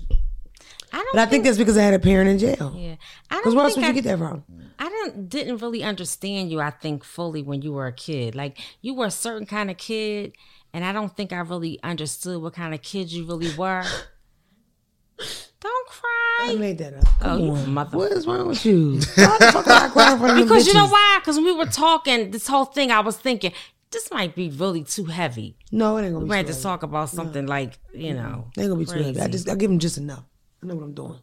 Speaker 3: I don't.
Speaker 1: But I think that's because I had a parent in jail.
Speaker 3: Yeah, I
Speaker 1: Because
Speaker 3: don't
Speaker 1: where else would
Speaker 3: think I,
Speaker 1: you get that from?
Speaker 3: I don't didn't really understand you. I think fully when you were a kid, like you were a certain kind of kid, and I don't think I really understood what kind of kid you really were. don't
Speaker 1: I
Speaker 3: cry.
Speaker 1: made that up.
Speaker 3: Oh,
Speaker 1: Come
Speaker 3: you
Speaker 1: on.
Speaker 3: mother-
Speaker 1: What is wrong with you? Why the fuck would I cry in front of them
Speaker 3: Because you know
Speaker 1: bitches?
Speaker 3: why? Because we were talking this whole thing, I was thinking this might be really too heavy.
Speaker 1: No, it ain't gonna
Speaker 3: We
Speaker 1: be
Speaker 3: had
Speaker 1: too
Speaker 3: to
Speaker 1: heavy.
Speaker 3: talk about something like you know.
Speaker 1: It ain't gonna be too heavy. I
Speaker 3: Crazy.
Speaker 1: just I give them just enough. I know what I'm doing.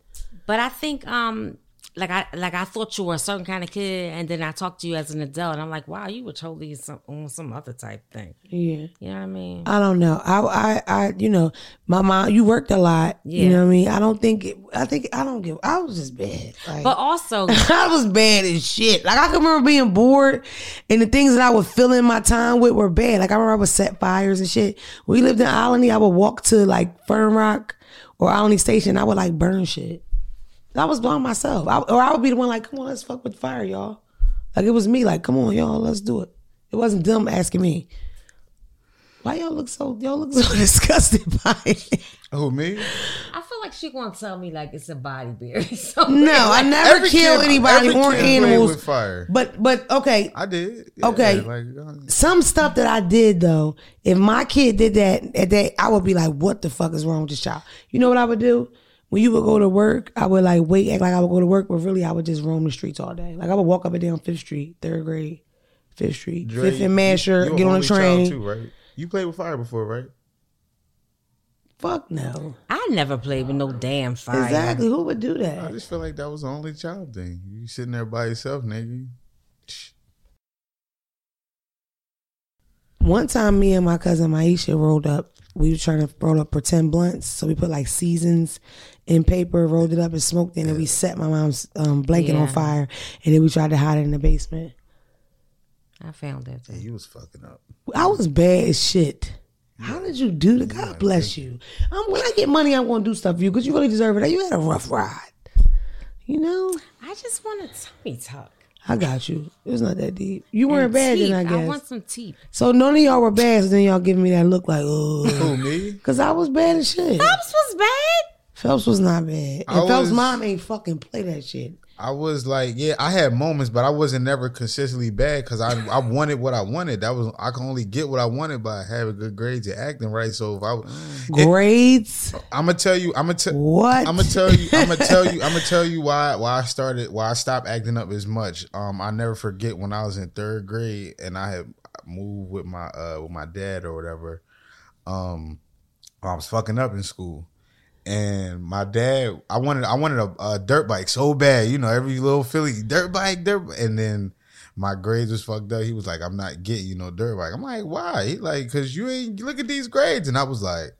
Speaker 3: But I think um like I like I thought you were a certain kind of kid and then I talked to you as an adult and I'm like, wow, you were totally some, on some other type thing.
Speaker 1: Yeah.
Speaker 3: You know what I mean?
Speaker 1: I don't know. I I I you know, my mom you worked a lot. You
Speaker 3: Yeah.
Speaker 1: know what I mean? I don't think it, I think I don't give I was just bad. Like
Speaker 3: But also
Speaker 1: I was bad as shit. Like I can remember being bored, and the things that I would fill in my time with were bad. Like I remember I would set fires and shit. We lived in Alany. I would walk to like Fern Rock or Alany Station. I would like burn shit. I was by myself, I, or I would be the one like, "Come on, let's fuck with fire, y'all." Like it was me. Like, come on, y'all, let's do it. It wasn't them asking me. Why y'all look so y'all look so disgusted by it?
Speaker 2: Who me?
Speaker 3: I feel like she gonna tell me like it's a body beard. So
Speaker 1: No, I never
Speaker 2: Every
Speaker 1: kill
Speaker 2: kid-
Speaker 1: anybody
Speaker 2: every
Speaker 1: or
Speaker 2: kid played
Speaker 1: animals.
Speaker 2: with fire.
Speaker 1: But but okay,
Speaker 2: I did. Yeah,
Speaker 1: Okay.
Speaker 2: Like, uh,
Speaker 1: some stuff that I did though, if my kid did that at that, I would be like, "What the fuck is wrong with this child?" You know what I would do? When you would go to work, I would like wait, act like I would go to work, but really I would just roam the streets all day. Like I would walk up and down Fifth Street, Third Grade, Fifth Street,
Speaker 2: Dre,
Speaker 1: Fifth and Masher,
Speaker 2: you- you a
Speaker 1: get on the
Speaker 2: only child
Speaker 1: train.
Speaker 2: too, right? You played with fire before, right?
Speaker 1: Fuck no,
Speaker 3: I never played with no damn fire.
Speaker 1: exactly. Who would do
Speaker 2: I
Speaker 1: that?
Speaker 2: just feel like that was the only child thing. You sitting there by yourself, nigga.
Speaker 1: One time, me and my cousin Maisha rolled up. We were trying to roll up pretend blunts, so we put like seasons in paper, rolled it up, and smoked it. And then we set my mom's um, blanket on
Speaker 3: Yeah.
Speaker 1: fire, and then we tried to hide it in the basement.
Speaker 3: I found that thing.
Speaker 2: You was fucking up.
Speaker 1: I was bad as shit. How did you do that? God bless you. Um, when I get money, I'm going to do stuff for you because you really deserve it. You had a rough ride. You know?
Speaker 3: I just want a tummy tuck.
Speaker 1: I got you. It was not that deep. You weren't bad
Speaker 3: teeth.
Speaker 1: then, I guess.
Speaker 3: want some teeth.
Speaker 1: so none of y'all were bad, so then y'all giving me that look like, oh.
Speaker 2: Who me?
Speaker 1: Because I was bad as shit.
Speaker 3: Phelps was bad.
Speaker 1: Phelps was not bad. And
Speaker 2: I
Speaker 1: Phelps'
Speaker 2: was-
Speaker 1: mom ain't fucking play that shit.
Speaker 2: I was like, yeah, I had moments, but I wasn't never consistently bad because I I wanted what I wanted. That was I could only get what I wanted by having good grades and acting right. So if I,
Speaker 1: Grades?
Speaker 2: I'm gonna tell you, I'm gonna tell.
Speaker 1: What?
Speaker 2: I'm gonna tell you. I'm gonna tell you. I'm gonna tell you why why I started why I stopped acting up as much. Um, I never forget when I was in third grade and I had moved with my uh with my dad or whatever. Um, I was fucking up in school, and my dad. I wanted I wanted a, a dirt bike so bad. You know, every little Philly dirt bike, dirt. bi-" And then my grades was fucked up. He was like, "I'm not getting you no dirt bike." I'm like, "Why?" He like, "Cause you ain't look at these grades." And I was like.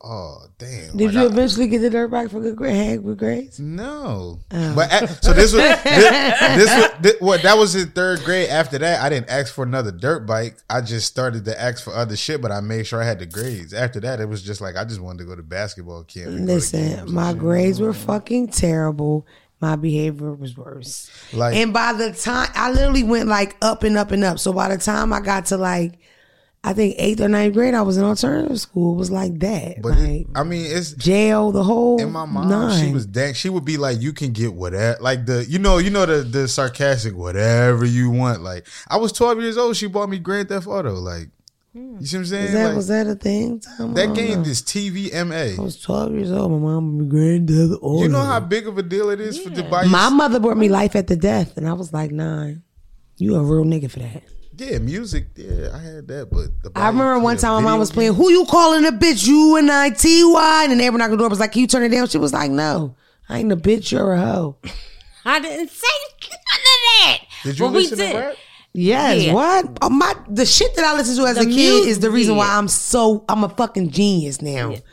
Speaker 2: Oh damn!
Speaker 1: Did
Speaker 2: Like,
Speaker 1: you
Speaker 2: I-
Speaker 1: eventually get the dirt bike for good grade? Had good grades?
Speaker 2: no,
Speaker 1: Oh.
Speaker 2: but at, so this was thi- this, was thi- what that was in third grade. After that, I didn't ask for another dirt bike. I just started to ask for other shit, but I made sure I had the grades. After that, it was just like I just wanted to go to basketball camp. and go to games.
Speaker 1: Listen, my grades were fucking terrible. My behavior was worse.
Speaker 2: Like-
Speaker 1: and by the time I literally went like up and up and up. So by the time I got to like I think eighth or ninth grade, I was in alternative school. It was like that,
Speaker 2: But
Speaker 1: like
Speaker 2: it, I mean, it's
Speaker 1: jail, the whole
Speaker 2: in my mom.
Speaker 1: nine.
Speaker 2: She was dang. She would be like, "You can get whatever." Like the you know you know the the sarcastic whatever you want. Like I was twelve years old. She bought me Grand Theft Auto. Like you see what I'm saying?
Speaker 1: Is that
Speaker 2: Like,
Speaker 1: was Oh. that a thing? Tom? I
Speaker 2: that
Speaker 1: don't
Speaker 2: game
Speaker 1: know.
Speaker 2: is
Speaker 1: I
Speaker 2: TVMA.
Speaker 1: was twelve years old. My mom would be grand theft auto.
Speaker 2: You know how big of a deal it is for to buy
Speaker 1: my mother brought me life at the death, and I was like nine. You a real nigga for that.
Speaker 2: Yeah, music. Yeah, I had that, but the
Speaker 1: I remember one time my mom was
Speaker 2: playing.
Speaker 1: playing, Who you calling a bitch? You and I T Y and everyone knocked on the door was like, Can you turn it down? She was like, No, I ain't a bitch, you're a hoe.
Speaker 3: I didn't say none of that.
Speaker 2: Did you
Speaker 3: But we
Speaker 2: listen
Speaker 3: did.
Speaker 2: to rap?
Speaker 1: Yes,
Speaker 3: Yeah.
Speaker 1: what? Oh, my the shit that I listen to as a
Speaker 3: The
Speaker 1: kid
Speaker 3: music,
Speaker 1: is the reason why
Speaker 3: yeah.
Speaker 1: I'm so I'm a fucking genius now.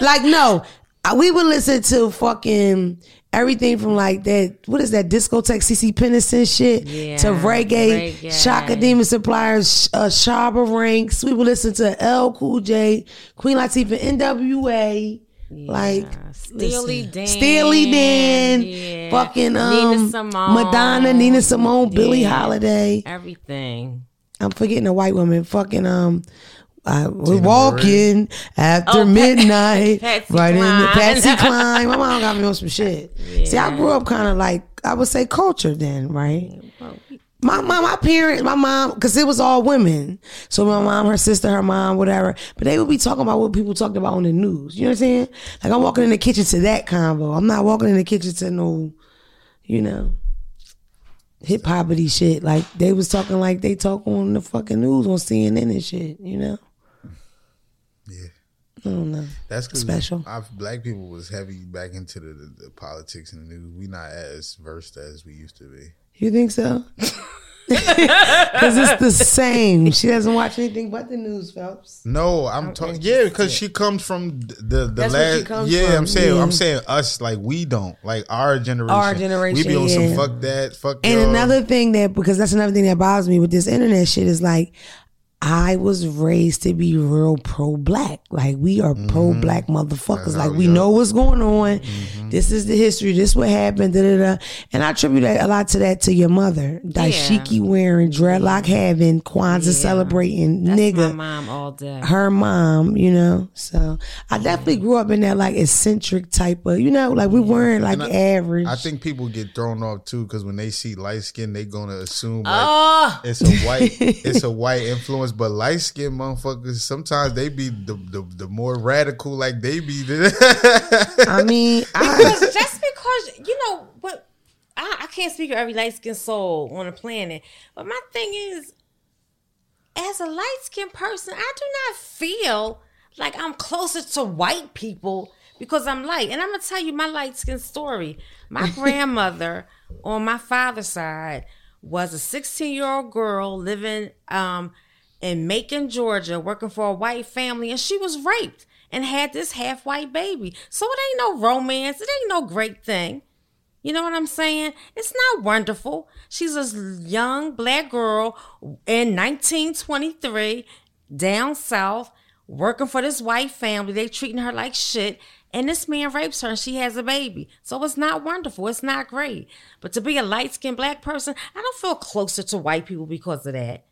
Speaker 1: like no, I- we would listen to fucking everything from like that. What is that discotheque CC Pennison shit to
Speaker 3: Yeah,
Speaker 1: reggae,
Speaker 3: reggae.
Speaker 1: Shaka Demon Suppliers, uh, Shaba Ranks. We would listen to L Cool J, Queen Latifah, NWA. Like
Speaker 3: Steely
Speaker 1: listen,
Speaker 3: Dan.
Speaker 1: Steely Dan,
Speaker 3: Yeah.
Speaker 1: fucking
Speaker 3: Nina
Speaker 1: um,
Speaker 3: Simone.
Speaker 1: Madonna, Nina Simone, Billie
Speaker 3: Yeah.
Speaker 1: Holiday.
Speaker 3: Everything.
Speaker 1: I'm forgetting a white woman. Fucking um, uh, we're walking after
Speaker 3: Oh, Pat-
Speaker 1: midnight,
Speaker 3: Patsy
Speaker 1: right in the
Speaker 3: Cline.
Speaker 1: Patsy Cline. My mom got me on some shit. See, I grew up kind of like I would say cultured then, right? My mom, my parents, my mom, because it was all women. So my mom, her sister, her mom, whatever. But they would be talking about what people talked about on the news. You know what I'm saying? Like I'm walking in the kitchen to that convo. I'm not walking in the kitchen to no, you know, hip hoppity shit. Like they was talking like they talk on the fucking news on CNN and shit. You know?
Speaker 2: Yeah,
Speaker 1: I don't know.
Speaker 2: that's 'cause
Speaker 1: Special.
Speaker 2: I, black people was heavy back into the, the, the politics and the news. We not as versed as we used to be.
Speaker 1: You think so? Because it's the same. She doesn't watch anything but the news, Phelps.
Speaker 2: No, I'm talking. Yeah, because she comes from th- the the
Speaker 1: That's where she
Speaker 2: last.
Speaker 1: comes
Speaker 2: yeah,
Speaker 1: from,
Speaker 2: I'm saying
Speaker 1: yeah.
Speaker 2: I'm saying us like we don't like our generation.
Speaker 1: Our generation,
Speaker 2: We be on
Speaker 1: yeah.
Speaker 2: some fuck that fuck.
Speaker 1: And
Speaker 2: y'all.
Speaker 1: another thing that, because that's another thing that bothers me with this internet shit is like, I was raised to be real pro black. Like we are pro black motherfuckers.
Speaker 2: how
Speaker 1: Like
Speaker 2: we
Speaker 1: we
Speaker 2: are.
Speaker 1: know what's going on. This is the history. This what happened. Da, da, da. And I attribute that- a lot to that to your mother. Dashiki wearing, dreadlock having, Kwanzaa celebrating, nigga.
Speaker 3: My mom all day.
Speaker 1: her mom, you know. So I definitely grew up in that like eccentric type of, you know, like we weren't like
Speaker 2: I-
Speaker 1: average.
Speaker 2: I think people get thrown off too because when they see light skin, they gonna assume like,
Speaker 3: Oh,
Speaker 2: it's a white it's a white influence but light skinned motherfuckers sometimes they be the, the, the more radical like they be the
Speaker 1: I mean, I,
Speaker 3: because just because you know what I, I can't speak for every light skinned soul on the planet, but my thing is, as a light skinned person, I do not feel like I'm closer to white people because I'm light. And I'm gonna tell you my light skin story. My grandmother on my father's side was a 16 year old girl living um, in Macon, Georgia, working for a white family, and she was raped and had this half white baby. So it ain't no romance, it ain't no great thing. You know what I'm saying? It's not wonderful. She's a young black girl in 1923 down south working for this white family. They treating her like shit. And this man rapes her and she has a baby. So it's not wonderful. It's not great. But to be a light skinned black person, I don't feel closer to white people because of that.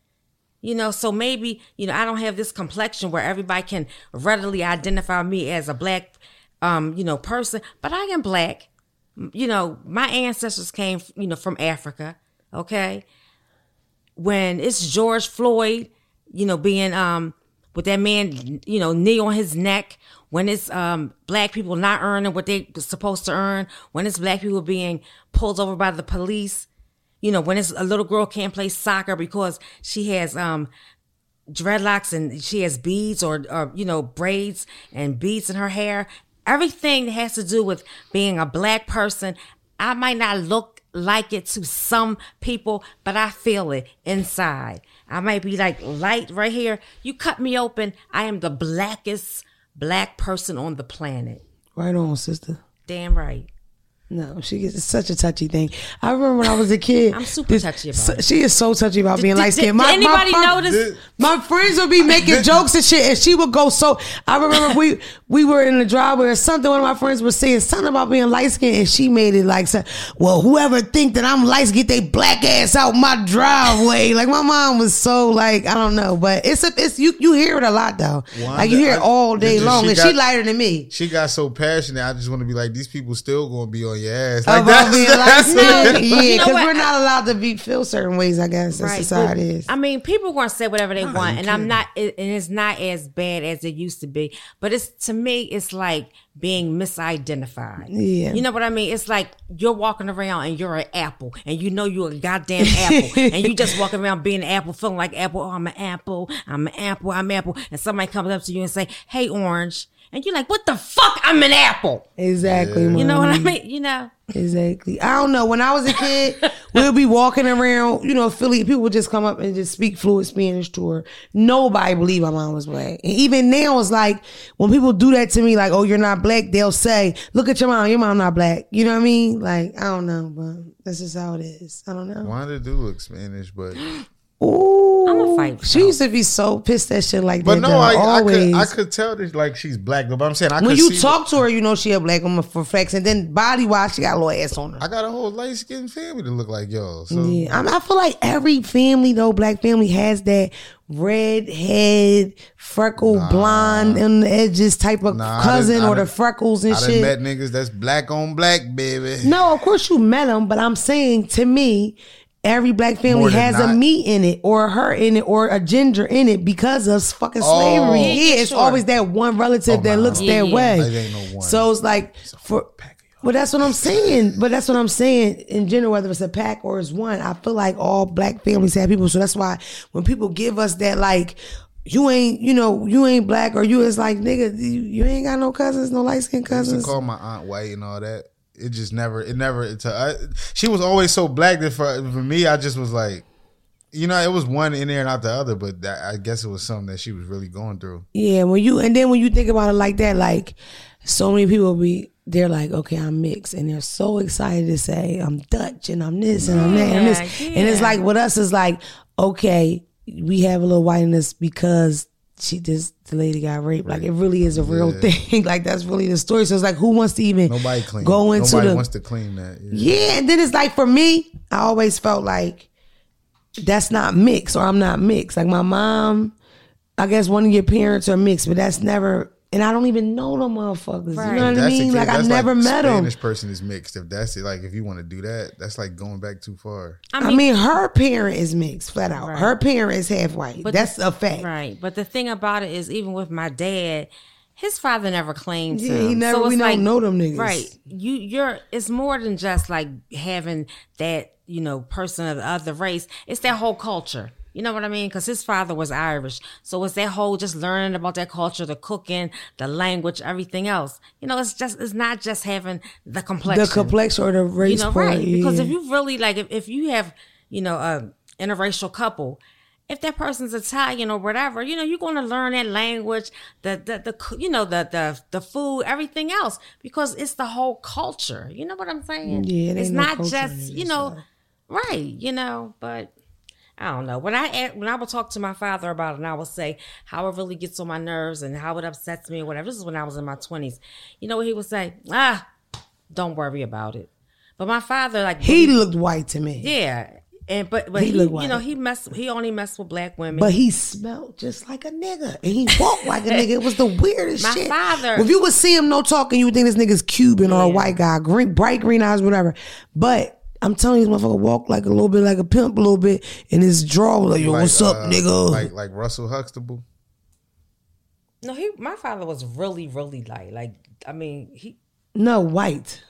Speaker 3: You know, so maybe, you know, I don't have this complexion where everybody can readily identify me as a black, um, you know, person, but I am black. M- You know, my ancestors came, you know, from Africa. Okay. When it's George Floyd, you know, being, um, with that man, you know, knee on his neck, when it's, um, black people not earning what they supposed to earn, when it's black people being pulled over by the police, you know, when it's a little girl can't play soccer because she has um dreadlocks and she has beads or, or you know braids and beads in her hair everything that has to do with being a black person i might not look like it to some people but i feel it inside i might be like light right here you cut me open i am the blackest black person on the planet
Speaker 1: right on, sister.
Speaker 3: damn right
Speaker 1: No, she gets it's such a touchy thing. I remember when I was a kid.
Speaker 3: I'm super touchy about it.
Speaker 1: She is so touchy about being
Speaker 3: did-
Speaker 1: light
Speaker 3: did
Speaker 1: skinned. My, my
Speaker 3: anybody
Speaker 1: fri-
Speaker 3: notice-
Speaker 2: Did-
Speaker 1: My friends would be making jokes and shit, and she would go so. I remember we we were in the driveway or something. One of my friends was saying something about being light skinned, and she made it like, so- "Well, whoever think that I'm light skinned, get they black ass out my driveway." Like my mom was so like, I don't know, but it's a it's you you hear it a lot though. like you
Speaker 2: Wanda,
Speaker 1: hear it
Speaker 2: I-
Speaker 1: all day
Speaker 2: did you-
Speaker 1: long,
Speaker 2: she
Speaker 1: and she
Speaker 2: got-
Speaker 1: lighter than me.
Speaker 2: She got so passionate. I just want to be like these people still gonna be on your ass. Like
Speaker 1: Like about being like, no,
Speaker 3: but
Speaker 1: yeah,
Speaker 3: you know
Speaker 1: because
Speaker 3: what?
Speaker 1: we're not allowed to be feel certain ways. I guess that's just how
Speaker 3: but,
Speaker 1: it is.
Speaker 3: I mean, people gonna say whatever they want,
Speaker 2: you
Speaker 3: and I'm not, it, and it's not as bad as it used to be. But it's to me, it's like being misidentified.
Speaker 1: Yeah.
Speaker 3: you know what I mean. It's like you're walking around and you're an apple, and you know you're a goddamn apple, and you just walking around being an apple, feeling like apple. Oh, I'm an apple. I'm an apple. I'm apple. And somebody comes up to you and say, "Hey, orange," and you're like, "What the fuck? I'm an apple."
Speaker 1: Exactly,
Speaker 3: You
Speaker 1: Mom.
Speaker 3: know what I mean? You know.
Speaker 1: Exactly. I don't know. When I was a kid, we'll be walking around, you know, Philly. People would just come up and just speak fluent Spanish to her. Nobody believed my mom was black. And even now, it's like when people do that to me, like, "Oh, you're not black," they'll say, "Look at your mom. Your mom not black." You know what I mean? Like, I don't know, but that's just how it is. I don't know.
Speaker 2: Wanda do look Spanish, but
Speaker 1: Ooh,
Speaker 3: I'ma fight for
Speaker 1: She
Speaker 3: her.
Speaker 1: used to be so pissed that shit like
Speaker 2: but
Speaker 1: that.
Speaker 2: no,
Speaker 1: though,
Speaker 2: I, I
Speaker 1: always.
Speaker 2: could I could tell that like she's black. But I'm saying I
Speaker 1: when
Speaker 2: could
Speaker 1: you
Speaker 2: see-
Speaker 1: talk to her, you know she a black woman for facts, and then body wise, she got a little ass on her.
Speaker 2: I got a whole light skinned family that look like y'all. So
Speaker 1: yeah, I, mean, I feel like every family though, black family has that red head, freckled, blonde on the edges type of
Speaker 2: Nah, I
Speaker 1: cousin
Speaker 2: done- I
Speaker 1: or the
Speaker 2: done-
Speaker 1: freckles and
Speaker 2: I done
Speaker 1: shit.
Speaker 2: met niggas that's black on black, baby.
Speaker 1: no, of course you met them, but I'm saying to me, every black family
Speaker 2: More
Speaker 1: has
Speaker 2: than
Speaker 1: a
Speaker 2: not.
Speaker 1: me in it or a her in it or a ginger in it because of fucking
Speaker 2: Oh.
Speaker 1: slavery.
Speaker 3: Yeah,
Speaker 1: Yeah, it's
Speaker 3: sure.
Speaker 1: always that one relative that looks
Speaker 3: Yeah,
Speaker 1: that
Speaker 3: yeah.
Speaker 1: way.
Speaker 2: Like, ain't no one.
Speaker 1: So it's like for
Speaker 2: pack of y'all.
Speaker 1: well, that's what I'm saying. But that's what I'm saying in general, whether it's a pack or it's one. I feel like all black families have people, so that's why when people give us that like. You ain't, you know, you ain't black, or you is like nigga. You, you ain't got no cousins, no light skinned
Speaker 2: I used to
Speaker 1: cousins.
Speaker 2: call my aunt white and all that. It just never, it never. To I, she was always so black that for for me, I just was like, you know, it was one in there, not the other. But that, I guess it was something that she was really going through.
Speaker 1: Yeah, when you and then when you think about it like that, like so many people be they're like, okay, I'm mixed, and they're so excited to say I'm Dutch and I'm this and I'm that and this,
Speaker 3: Yeah,
Speaker 1: and it's
Speaker 3: yeah.
Speaker 1: like with us, it's like okay, we have a little white in us because she this the lady got raped. Like it really is a real thing. like that's really the story. So it's like who wants to even
Speaker 2: Nobody clean.
Speaker 1: go into
Speaker 2: Nobody
Speaker 1: the
Speaker 2: wants to clean that. Yeah.
Speaker 1: yeah, and then it's like for me, I always felt like that's not mixed or I'm not mixed. Like my mom, I guess one of your parents are mixed, but that's never. And I don't even know them motherfuckers.
Speaker 3: Right.
Speaker 1: You know what I
Speaker 2: the
Speaker 1: mean?
Speaker 2: case,
Speaker 1: Like I
Speaker 2: that's
Speaker 1: never met them.
Speaker 2: Spanish person is mixed. If that's it, like if you want to do that, that's like going back too far.
Speaker 1: I mean, her parent is mixed, flat out.
Speaker 3: Right.
Speaker 1: Her parent is half white. that's a fact.
Speaker 3: Right. But the thing about it is, even with my dad, his father never claimed
Speaker 1: Yeah,
Speaker 3: him.
Speaker 1: he never-
Speaker 3: it's
Speaker 1: we don't know them niggas.
Speaker 3: Right. You, you're. It's more than just like having that, you know, person of the other race. It's that whole culture. You know what I mean? Because his father was Irish, so it's that whole just learning about that culture, the cooking, the language, everything else. You know, it's just it's not just having the complexion
Speaker 1: The complexion or the race
Speaker 3: you know,
Speaker 1: part.
Speaker 3: right? Because if
Speaker 1: yeah.
Speaker 3: you really like, if, if you have, you know, a interracial couple, if that person's Italian or whatever, you know, you're going to learn that language, the the the cu- you know the the the food, everything else, because it's the whole culture. You know what I'm saying?
Speaker 1: Yeah, it
Speaker 3: it's
Speaker 1: ain't no
Speaker 3: not
Speaker 1: culture in
Speaker 3: just
Speaker 1: it,
Speaker 3: you
Speaker 1: it's
Speaker 3: know, right? You know, but. I don't know. When I act- when I would talk to my father about it, and I would say how it really gets on my nerves and how it upsets me or whatever. This is when I was in my twenties. You know what he would say? Ah, don't worry about it. But my father, like
Speaker 1: he looked white to me,
Speaker 3: yeah, and but but
Speaker 1: He
Speaker 3: he,
Speaker 1: look
Speaker 3: you
Speaker 1: white.
Speaker 3: know he messed he only messed with black women.
Speaker 1: but he smelled just like a nigga, and he walked like a nigga. It was the weirdest
Speaker 3: My
Speaker 1: shit.
Speaker 3: father-
Speaker 1: If you would see him no talking, you would think this nigga's Cuban or a white guy, green, bright green eyes, whatever. But I'm telling you, this motherfucker walked like a little bit like a pimp, a little bit, and his draw was like, "Yo,
Speaker 2: Like,
Speaker 1: what's up,
Speaker 2: uh,
Speaker 1: nigga?"
Speaker 2: Like like Russell Huxtable.
Speaker 3: no, he my father was really really light. Like I mean he
Speaker 1: no, white,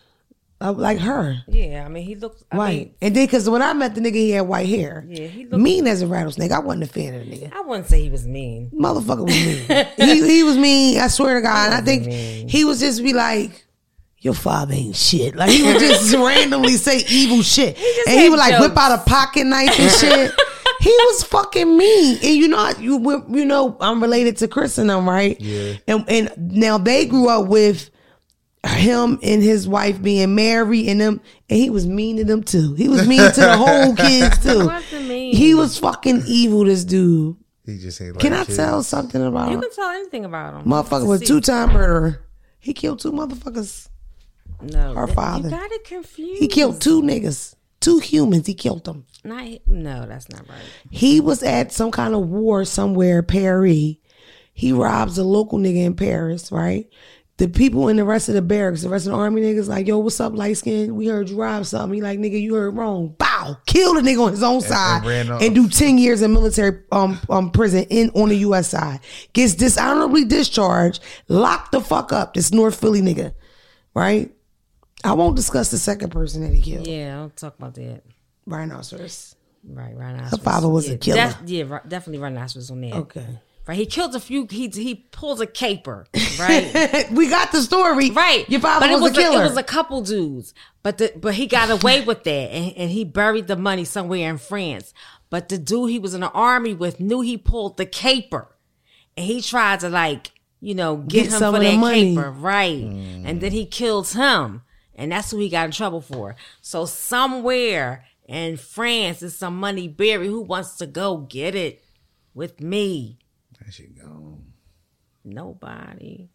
Speaker 1: Uh, like her,
Speaker 3: yeah I mean he looked I
Speaker 1: white.
Speaker 3: mean,
Speaker 1: and then because when I met the nigga, he had white hair.
Speaker 3: Yeah, he looked-
Speaker 1: mean as a rattlesnake. I wasn't a fan of the nigga.
Speaker 3: I wouldn't say he was mean.
Speaker 1: motherfucker was mean. he, he was mean. I swear to God. And I think he was just be like, your father ain't shit. Like he would just randomly say evil shit, and he
Speaker 3: had
Speaker 1: would like whip
Speaker 3: jokes.
Speaker 1: out a pocket knife and shit. he was fucking mean, and you know, you we- you know, I'm related to Chris and them, right?
Speaker 2: Yeah.
Speaker 1: And and now they grew up with him and his wife being married and them and he was mean to them too. He was mean to the whole kids too.
Speaker 3: wasn't mean.
Speaker 1: He was fucking evil, this dude.
Speaker 2: He just ain't like
Speaker 1: Can I
Speaker 2: kids.
Speaker 1: tell something about
Speaker 3: You
Speaker 1: him?
Speaker 3: can tell anything about him.
Speaker 1: Motherfucker was two time murderer. He killed two motherfuckers.
Speaker 3: No,
Speaker 1: her
Speaker 3: that-
Speaker 1: father.
Speaker 3: You got it confused.
Speaker 1: He killed two niggas. Two humans. He killed them.
Speaker 3: Not, no, that's not right.
Speaker 1: He was at some kind of war somewhere, Paris. He robs a local nigga in Paris, right? The people in the rest of the barracks, the rest of the army niggas, like, yo, what's up, light skin? We heard you rob something. He like, nigga, you heard wrong. Bow, kill the nigga on his own side,
Speaker 2: ran
Speaker 1: and,
Speaker 2: off.
Speaker 1: do ten years in military um, um prison in on the U.S. side. Gets dishonorably discharged, locked the fuck up. This North Philly nigga, right? I won't discuss the second person that he killed,
Speaker 3: Yeah, don't talk about that.
Speaker 1: rhinoceros.
Speaker 3: Right, rhinoceros.
Speaker 1: father was a
Speaker 3: yeah,
Speaker 1: killer.
Speaker 3: def- yeah, ri- definitely rhinoceros on that.
Speaker 1: Okay.
Speaker 3: Right, he kills a few. He he pulls a caper. Right.
Speaker 1: we got the story.
Speaker 3: Right,
Speaker 1: Your father was,
Speaker 3: but it was
Speaker 1: a killer.
Speaker 3: it was a couple dudes, but the, but he got away with that, and, and he buried the money somewhere in France. But the dude he was in the army with knew he pulled the caper, and he tried to like you know get,
Speaker 1: Get
Speaker 3: him
Speaker 1: some
Speaker 3: for
Speaker 1: of the
Speaker 3: that
Speaker 1: money.
Speaker 3: caper, right? And then he kills him, and that's who he got in trouble for. So somewhere in France is some money buried. Who wants to go get it with me?
Speaker 2: That shit gone.
Speaker 3: Nobody.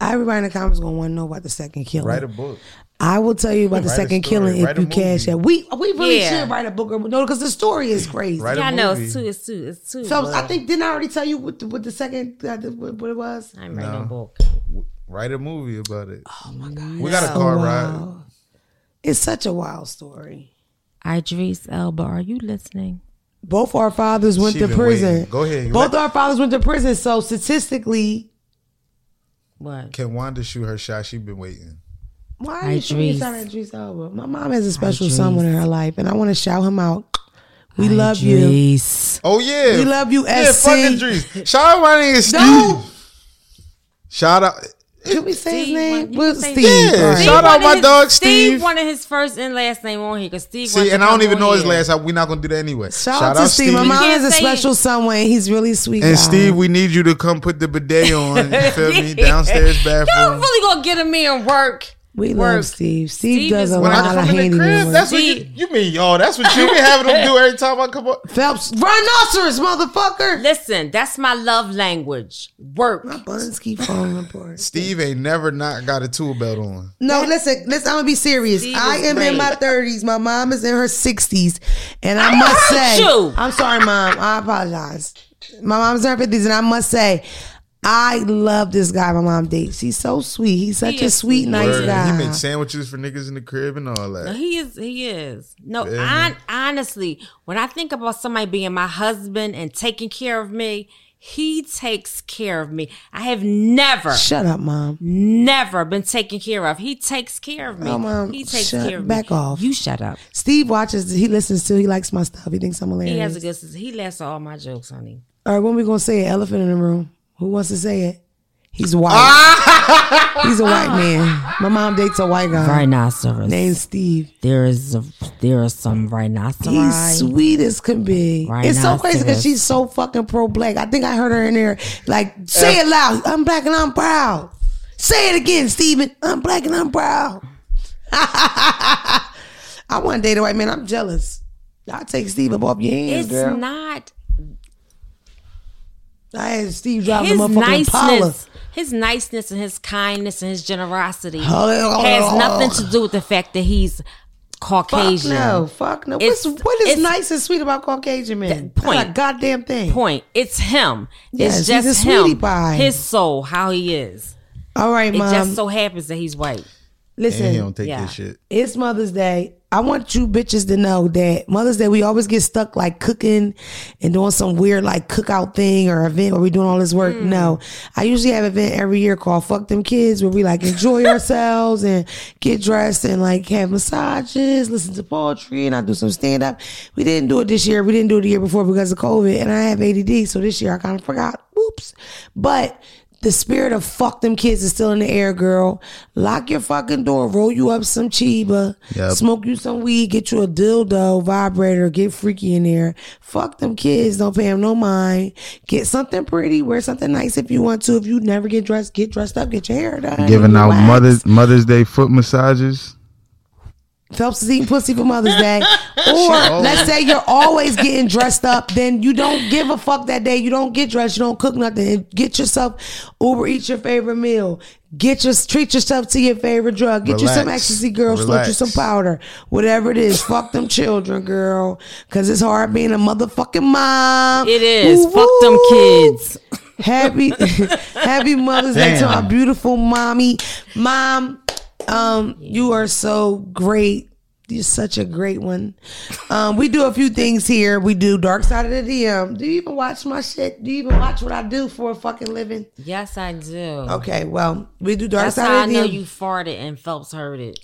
Speaker 1: Everybody in the comments gonna want to know about the second killing.
Speaker 2: Write a book.
Speaker 1: I will tell you about the
Speaker 2: Write a
Speaker 1: second
Speaker 2: story.
Speaker 1: killing
Speaker 2: Write
Speaker 1: if
Speaker 2: a
Speaker 1: you cash
Speaker 2: movie.
Speaker 1: out. We we really
Speaker 3: Yeah.
Speaker 1: should write a book or no because the story is crazy.
Speaker 2: Write
Speaker 3: Yeah, I
Speaker 2: a
Speaker 3: know
Speaker 2: movie.
Speaker 3: it's too. It's too. It's too.
Speaker 1: So I think didn't I already tell you what the, what the second uh, the- what what it was?
Speaker 3: I'm writing a book.
Speaker 2: Write a movie about it.
Speaker 1: Oh my god,
Speaker 2: we got a
Speaker 1: so
Speaker 2: car ride.
Speaker 1: wild. It's such a wild story.
Speaker 3: Idris Elba, are you listening?
Speaker 1: Both our fathers went
Speaker 2: She
Speaker 1: to
Speaker 2: been
Speaker 1: prison.
Speaker 2: waiting. Go ahead.
Speaker 1: Both our fathers went to prison. So statistically,
Speaker 3: What?
Speaker 2: Can Wanda shoot her shot? She been waiting.
Speaker 1: Why are you shooting your
Speaker 3: Idris.
Speaker 1: shot at Idris Elba? My mom has a special someone in her life, and I want to shout him out. We love you.
Speaker 3: Idris.
Speaker 2: Oh yeah,
Speaker 1: We love you,
Speaker 2: Yeah,
Speaker 1: SC.
Speaker 2: fucking dreams. Shout out my nigga
Speaker 1: No.
Speaker 2: Steve. Shout out.
Speaker 1: Can we say his
Speaker 3: Steve,
Speaker 1: name?
Speaker 3: what- you
Speaker 1: Well,
Speaker 3: can say-
Speaker 1: Steve.
Speaker 2: Yeah,
Speaker 1: all right.
Speaker 2: shout out Oh, my
Speaker 3: his,
Speaker 2: dog, Steve.
Speaker 3: wanted his first and last name on here because Steve.
Speaker 2: See,
Speaker 3: wanted
Speaker 2: and
Speaker 3: to
Speaker 2: I don't
Speaker 3: come
Speaker 2: even
Speaker 3: on
Speaker 2: know his
Speaker 3: here.
Speaker 2: last. name. We're not gonna do that anyway.
Speaker 1: Shout, out to Steve. My
Speaker 2: Steve.
Speaker 1: mom
Speaker 3: You
Speaker 1: is a
Speaker 3: can't say
Speaker 1: special
Speaker 3: it.
Speaker 1: someone. He's really sweet.
Speaker 2: And
Speaker 1: guy.
Speaker 2: Steve, we need you to come put the bidet on. You feel me? Downstairs
Speaker 3: Y'all
Speaker 2: bathroom.
Speaker 3: really gonna get him in work?
Speaker 1: we
Speaker 3: work.
Speaker 1: love Steve. Steve,
Speaker 3: Steve
Speaker 1: does
Speaker 3: is
Speaker 1: a
Speaker 2: When
Speaker 3: one
Speaker 2: I
Speaker 1: lot
Speaker 2: come
Speaker 1: of
Speaker 2: in the crib,
Speaker 1: handyman work.
Speaker 2: that's what you, you mean, y'all. That's what you be having them do every time I come up.
Speaker 1: Phelps, rhinoceros, motherfucker.
Speaker 3: Listen, that's my love language. Work.
Speaker 1: My buns keep falling apart.
Speaker 2: Steve ain't never not got a tool belt on.
Speaker 1: No, listen, listen. I'm gonna be serious.
Speaker 3: Steve
Speaker 1: I
Speaker 3: is
Speaker 1: am in
Speaker 3: great.
Speaker 1: my 30s. My mom is in her 60s, and I must
Speaker 3: hurt
Speaker 1: say,
Speaker 3: you.
Speaker 1: I'm sorry, mom. I apologize. My mom's in her 50s, and I must say, I love this guy. My mom dates. He's so sweet. He's such
Speaker 3: He
Speaker 1: a
Speaker 3: is
Speaker 1: sweet,
Speaker 3: sweet.
Speaker 1: nice
Speaker 2: Word. He
Speaker 1: guy.
Speaker 2: make sandwiches for niggas in the crib and all that.
Speaker 3: He is. He is. No, I, honestly, when I think about somebody being my husband and taking care of me, he takes care of me. I have never,
Speaker 1: Shut up, mom.
Speaker 3: never been taken care of. He takes care of me.
Speaker 1: Oh, Mom,
Speaker 3: he takes
Speaker 1: shut-
Speaker 3: care of me.
Speaker 1: back off.
Speaker 3: You shut up.
Speaker 1: Steve watches. He listens to. He likes my stuff. He thinks I'm hilarious.
Speaker 3: He has a good sense. He laughs at all my jokes, honey.
Speaker 1: All right, when we gonna say it? Elephant in the room. Who wants to say it? He's white. He's a white man. My mom dates a white guy
Speaker 3: Rhinoceros.
Speaker 1: named Steve.
Speaker 3: there is a, there are some rhinoceros.
Speaker 1: He's sweet as can be. It's so crazy because
Speaker 3: Rhinoceros.
Speaker 1: she's so fucking pro black. I think I heard her in there like, say it loud. I'm black and I'm proud. Say it again, Steven. I'm black and I'm proud. I want to date a white man. I'm jealous. I'll take Steve up off your hands,
Speaker 3: it's
Speaker 1: girl.
Speaker 3: not
Speaker 1: I had Steve driving
Speaker 3: his
Speaker 1: the motherfucking
Speaker 3: niceness.
Speaker 1: Impala.
Speaker 3: His niceness and his kindness and his generosity
Speaker 1: Oh.
Speaker 3: has nothing to do with the fact that he's
Speaker 1: Fuck
Speaker 3: Caucasian.
Speaker 1: no, fuck no. What's,
Speaker 3: It's-
Speaker 1: what is
Speaker 3: it's-
Speaker 1: nice and sweet about Caucasian men?
Speaker 3: That point.
Speaker 1: Not a goddamn thing.
Speaker 3: Point. It's him.
Speaker 1: Yes,
Speaker 3: it's
Speaker 1: he's
Speaker 3: just
Speaker 1: a sweetie
Speaker 3: him.
Speaker 1: pie.
Speaker 3: His soul, how he is.
Speaker 1: All right,
Speaker 3: It
Speaker 1: mom.
Speaker 3: just so happens that he's white.
Speaker 1: listen.
Speaker 2: And he don't take
Speaker 3: Yeah.
Speaker 2: this shit.
Speaker 1: it's Mother's Day. I want you bitches to know that Mother's Day, we always get stuck like cooking and doing some weird like cookout thing or event where we doing all this work. No, I usually have an event every year called Fuck Them Kids where we like enjoy ourselves and get dressed and like have massages, listen to poetry, and I do some stand up. We didn't do it this year. We didn't do it the year before because of COVID and I have ADD. So this year I kind of forgot. Oops. But The spirit of fuck them kids is still in the air, girl. Lock your fucking door, roll you up some chiba,
Speaker 2: Yep.
Speaker 1: smoke you some weed, get you a dildo, vibrator, get freaky in there. Fuck them kids, don't pay them no mind. Get something pretty, wear something nice if you want to. If you never get dressed, get dressed up, get your hair done.
Speaker 2: Giving out
Speaker 1: Relax.
Speaker 2: Mother's Mother's Day foot massages.
Speaker 1: Phelps is eating pussy for Mother's Day. Or let's say you're always getting dressed up, then you don't give a fuck that day. You don't get dressed. You don't cook nothing. Get yourself Uber, eat your favorite meal. Get your treat yourself to your favorite drug. Get you some
Speaker 2: Relax.
Speaker 1: ecstasy, girl. Smoke you some
Speaker 2: Relax.
Speaker 1: powder. Whatever it is, fuck them children, girl. Cause it's hard being a motherfucking mom.
Speaker 3: It is. Fuck them
Speaker 1: Woo-woo.
Speaker 3: kids.
Speaker 1: Happy Happy Mother's Day to
Speaker 2: Damn.
Speaker 1: my beautiful mommy. Mom, um, you are so great. You're such a great one. Um, we do a few things here. We do Dark Side of the DM. Do you even watch my shit? Do you even watch what I do for a fucking living?
Speaker 3: Yes, I do.
Speaker 1: Okay, well, we do Dark
Speaker 3: That's
Speaker 1: Side
Speaker 3: how I
Speaker 1: of the
Speaker 3: know
Speaker 1: DM.
Speaker 3: you farted and Phelps heard it.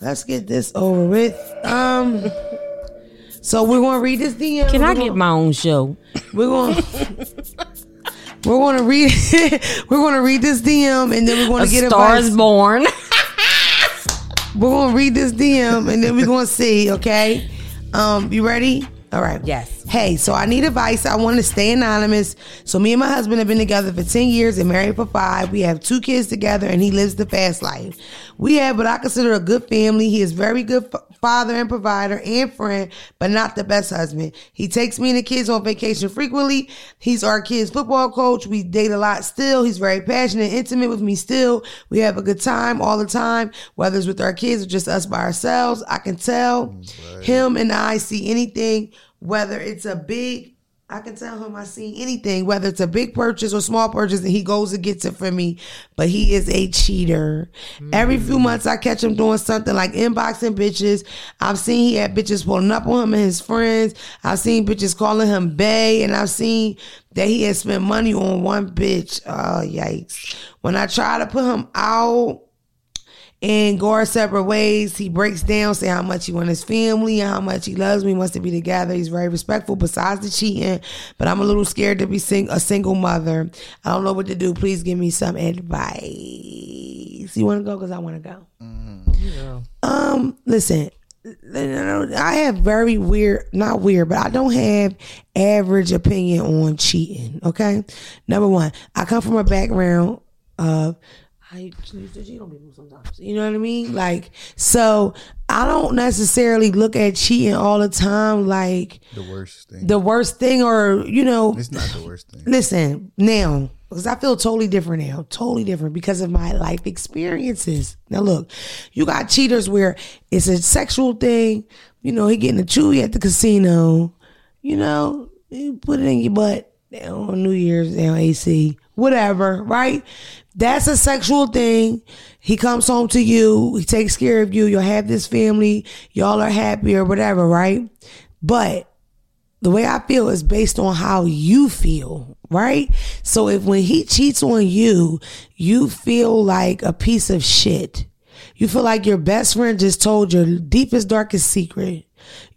Speaker 1: Let's get this over with. Um, so we're gonna read this DM.
Speaker 3: Can
Speaker 1: We're
Speaker 3: I
Speaker 1: gonna-
Speaker 3: get my own show?
Speaker 1: We're going. we're going to read. we're going to read this DM, and then we're going
Speaker 3: A
Speaker 1: to get
Speaker 3: Star
Speaker 1: advice.
Speaker 3: is Born.
Speaker 1: We're going to read this DM, and then we're going to see. Okay. Um. You ready? All right.
Speaker 3: Yes.
Speaker 1: Hey, so I need advice. I want to stay anonymous. So me and my husband have been together for 10 years and married for five. We have two kids together and he lives the fast life. We have what I consider a good family. He is very good f- father and provider and friend, but not the best husband. He takes me and the kids on vacation frequently. He's our kids football coach. We date a lot still. He's very passionate, intimate with me still. We have a good time all the time, whether it's with our kids or just us by ourselves. I can tell him and I see anything whether it's a big I can tell him I seen anything, whether it's a big purchase or small purchase, and he goes and gets it for me. But he is a cheater. Every few months, I catch him doing something like inboxing bitches. I've seen he had bitches pulling up on him and his friends. I've seen bitches calling him bae, and I've seen that he has spent money on one bitch. Oh, yikes. When I try to put him out, and go our separate ways. He breaks down, say how much he wants his family and how much he loves me, wants to be together. He's very respectful besides the cheating, but I'm a little scared to be sing- a single mother. I don't know what to do. Please give me some advice. You want to go? Because I want to go. Um, listen, I have very weird, not weird, but I don't have average opinion on cheating. Okay, number one, I come from a background of I choose to cheat on people sometimes. You know what I mean? Like, so I don't necessarily look at cheating all the time like
Speaker 2: The worst thing.
Speaker 1: the worst thing, or you know,
Speaker 2: it's not the worst thing.
Speaker 1: Listen, now, because I feel totally different now, totally different because of my life experiences. Now, look, you got cheaters where it's a sexual thing. You know, he getting a chewy at the casino. You know, you put it in your butt on New Year's on AC, whatever, right? That's a sexual thing. He comes home to you. He takes care of you. You'll have this family. Y'all are happy or whatever, right? But the way I feel is based on how you feel, right? So if when he cheats on you, you feel like a piece of shit. You feel like your best friend just told your deepest, darkest secret,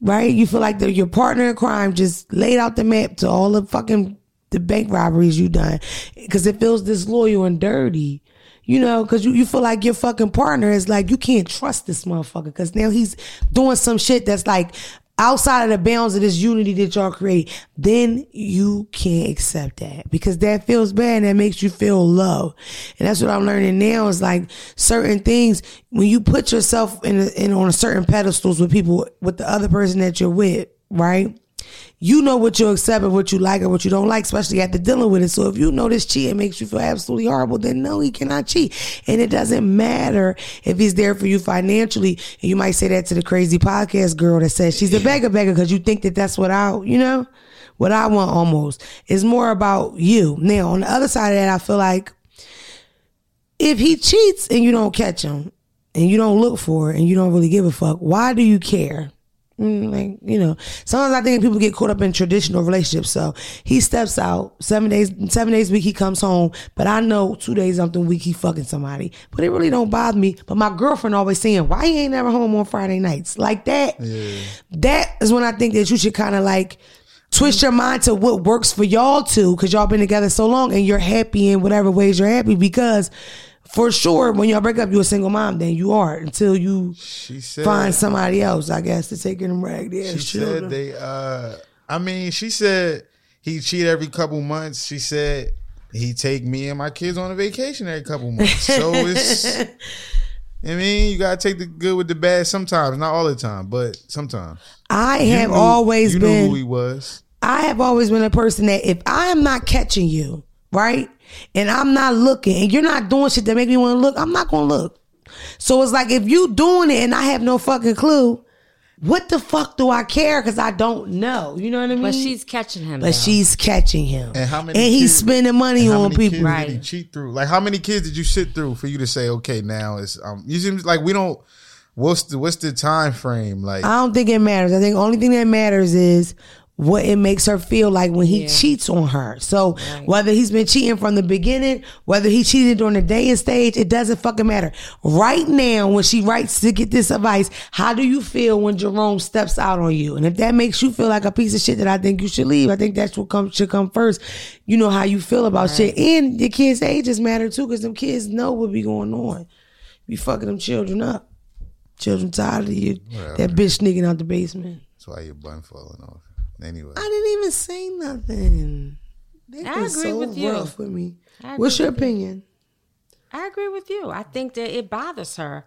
Speaker 1: right? You feel like the, your partner in crime just laid out the map to all the fucking the bank robberies you done because it feels disloyal and dirty. You know, because you, you feel like your fucking partner is like, you can't trust this motherfucker because now he's doing some shit that's like outside of the bounds of this unity that y'all create. Then you can't accept that because that feels bad and that makes you feel low. And that's what I'm learning now is like certain things, when you put yourself in, a, in on a certain pedestals with people, with the other person that you're with, right? you know what you accept and what you like and what you don't like, especially after dealing with it. So if you know this cheating makes you feel absolutely horrible, then no, he cannot cheat. And it doesn't matter if he's there for you financially. And you might say that to the crazy podcast girl that says she's a beggar beggar because you think that that's what I, you know, what I want almost. It's more about you. Now, on the other side of that, I feel like if he cheats and you don't catch him and you don't look for it and you don't really give a fuck, why do you care? Mm, Like, you know, sometimes I think people get caught up in traditional relationships. So he steps out seven days, seven days a week, he comes home. But I know two days something a week, he fucking somebody. But it really don't bother me. But my girlfriend always saying, why he ain't never home on Friday nights? Like that. That is when I think that you should kind of like twist your mind to what works for y'all two because y'all been together so long and you're happy in whatever ways you're happy because for sure when y'all break up you're a single mom then you are until you
Speaker 2: She said
Speaker 1: find somebody else, I guess, to take in them raggedy
Speaker 2: She
Speaker 1: ass
Speaker 2: said
Speaker 1: children.
Speaker 2: they. uh I mean, she said he cheat every couple months. She said he take me and my kids on a vacation every couple months. So it's. I mean, you gotta take the good with the bad sometimes, not all the time, but sometimes.
Speaker 1: I
Speaker 2: You
Speaker 1: have
Speaker 2: knew-
Speaker 1: always
Speaker 2: you
Speaker 1: been
Speaker 2: knew who he was.
Speaker 1: I have always been a person that if I am not catching you, right, and I'm not looking, and you're not doing shit that make me want to look, I'm not gonna look. So it's like if you doing it and I have no fucking clue, what the fuck do I care? Because I don't know. You know what I mean?
Speaker 3: But she's catching him.
Speaker 1: Mm. but
Speaker 3: though.
Speaker 1: she's catching him,
Speaker 2: And how many
Speaker 1: he's
Speaker 2: kids-
Speaker 1: spending money
Speaker 2: How
Speaker 1: on
Speaker 2: many
Speaker 1: people.
Speaker 2: kids
Speaker 3: Right.
Speaker 2: did he cheat through? Like, how many kids did you sit through for you to say, okay, now it's um? You seem like we don't. What's the what's the time frame? Like,
Speaker 1: I don't think it matters. I think only thing that matters is what it makes her feel like when he cheats on her. So whether he's been cheating from the beginning, whether he cheated during the dating stage, it doesn't fucking matter. Right now, when she writes to get this advice, how do you feel when Jerome steps out on you? And if that makes you feel like a piece of shit that I think you should leave, I think that's what comes should come first. You know how you feel about shit, and your kids' ages matter too, because them kids know what be going on. You fucking them children up. Children tired of you. That bitch sneaking out the basement.
Speaker 2: that's why your bun falling off. Anyway,
Speaker 1: I didn't even say nothing. They
Speaker 3: I
Speaker 1: been
Speaker 3: agree
Speaker 1: so
Speaker 3: with you.
Speaker 1: rough with me.
Speaker 3: I
Speaker 1: What's
Speaker 3: agree
Speaker 1: your opinion?
Speaker 3: I agree with you. I think that it bothers her.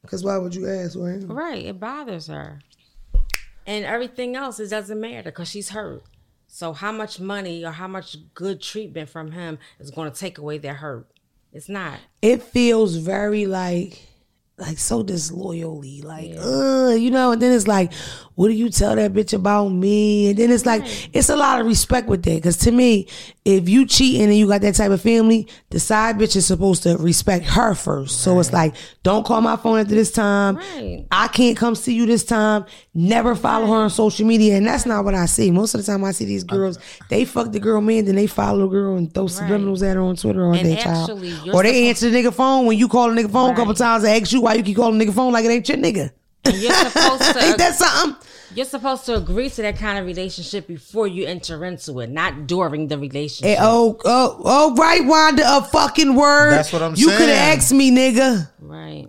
Speaker 1: Because why would you ask? Right?
Speaker 3: Right. It bothers her. And everything else, it doesn't matter because she's hurt. So, how much money or how much good treatment from him is going to take away that hurt? It's not.
Speaker 1: It feels very like, like so disloyally. Like, uh, you know. And then it's like, what do you tell that bitch about me? And then it's like, it's a lot of respect with that. Because to me, if you cheating and you got that type of family, the side bitch is supposed to respect her first. So it's like, don't call my phone after this time.
Speaker 3: Right.
Speaker 1: I can't come see you this time. Never follow her on social media. And that's not what I see. Most of the time I see these girls, they fuck the girl man, then they follow the girl and throw subliminals at her on Twitter all
Speaker 3: And
Speaker 1: day, child.
Speaker 3: actually, you're
Speaker 1: Or they answer the nigga phone when you call the nigga phone a couple
Speaker 3: Right.
Speaker 1: times and ask you why you keep calling the nigga phone like it ain't your nigga.
Speaker 3: And you're supposed to
Speaker 1: Ain't that something?
Speaker 3: you're supposed to agree to that kind of relationship before you enter into it, not during the
Speaker 1: Eh,
Speaker 3: relationship.
Speaker 1: oh, oh, oh, right, Wanda, a fucking word.
Speaker 2: That's what I'm
Speaker 1: You could
Speaker 2: saying.
Speaker 1: have asked me, nigga.
Speaker 3: Right.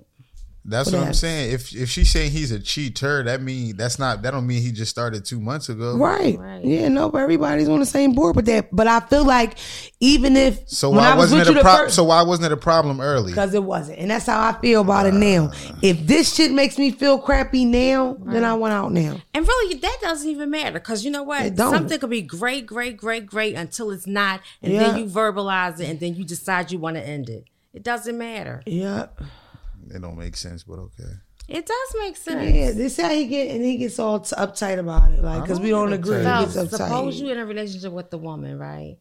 Speaker 2: that's
Speaker 1: What
Speaker 2: what I'm
Speaker 1: else?
Speaker 2: saying. If if she's saying he's a cheater, that mean that's not that don't mean he just started two months ago.
Speaker 1: Right.
Speaker 3: Right.
Speaker 1: Yeah, no, but everybody's on the same board with that. But I feel like even if
Speaker 2: So
Speaker 1: when
Speaker 2: why
Speaker 1: I was
Speaker 2: wasn't
Speaker 1: with
Speaker 2: it
Speaker 1: you
Speaker 2: a
Speaker 1: the
Speaker 2: problem?
Speaker 1: first-
Speaker 2: So why wasn't it a problem early?
Speaker 1: Cause it wasn't, and that's how I feel about it now. If this shit makes me feel crappy now, then I want out now.
Speaker 3: And really, that doesn't even matter because you know what?
Speaker 1: It don't.
Speaker 3: Something could be great, great, great, great until it's not, and
Speaker 1: Yeah.
Speaker 3: then you verbalize it, and then you decide you want to end it. It doesn't matter.
Speaker 1: Yeah,
Speaker 2: It don't make sense, but okay.
Speaker 3: It does make sense.
Speaker 1: yeah. This how he get, and he gets all t- uptight about it, like because we don't
Speaker 2: don't get
Speaker 1: agree. He
Speaker 2: uptight.
Speaker 3: So
Speaker 1: gets
Speaker 3: suppose you
Speaker 1: uptight.
Speaker 3: in a relationship with the woman, right?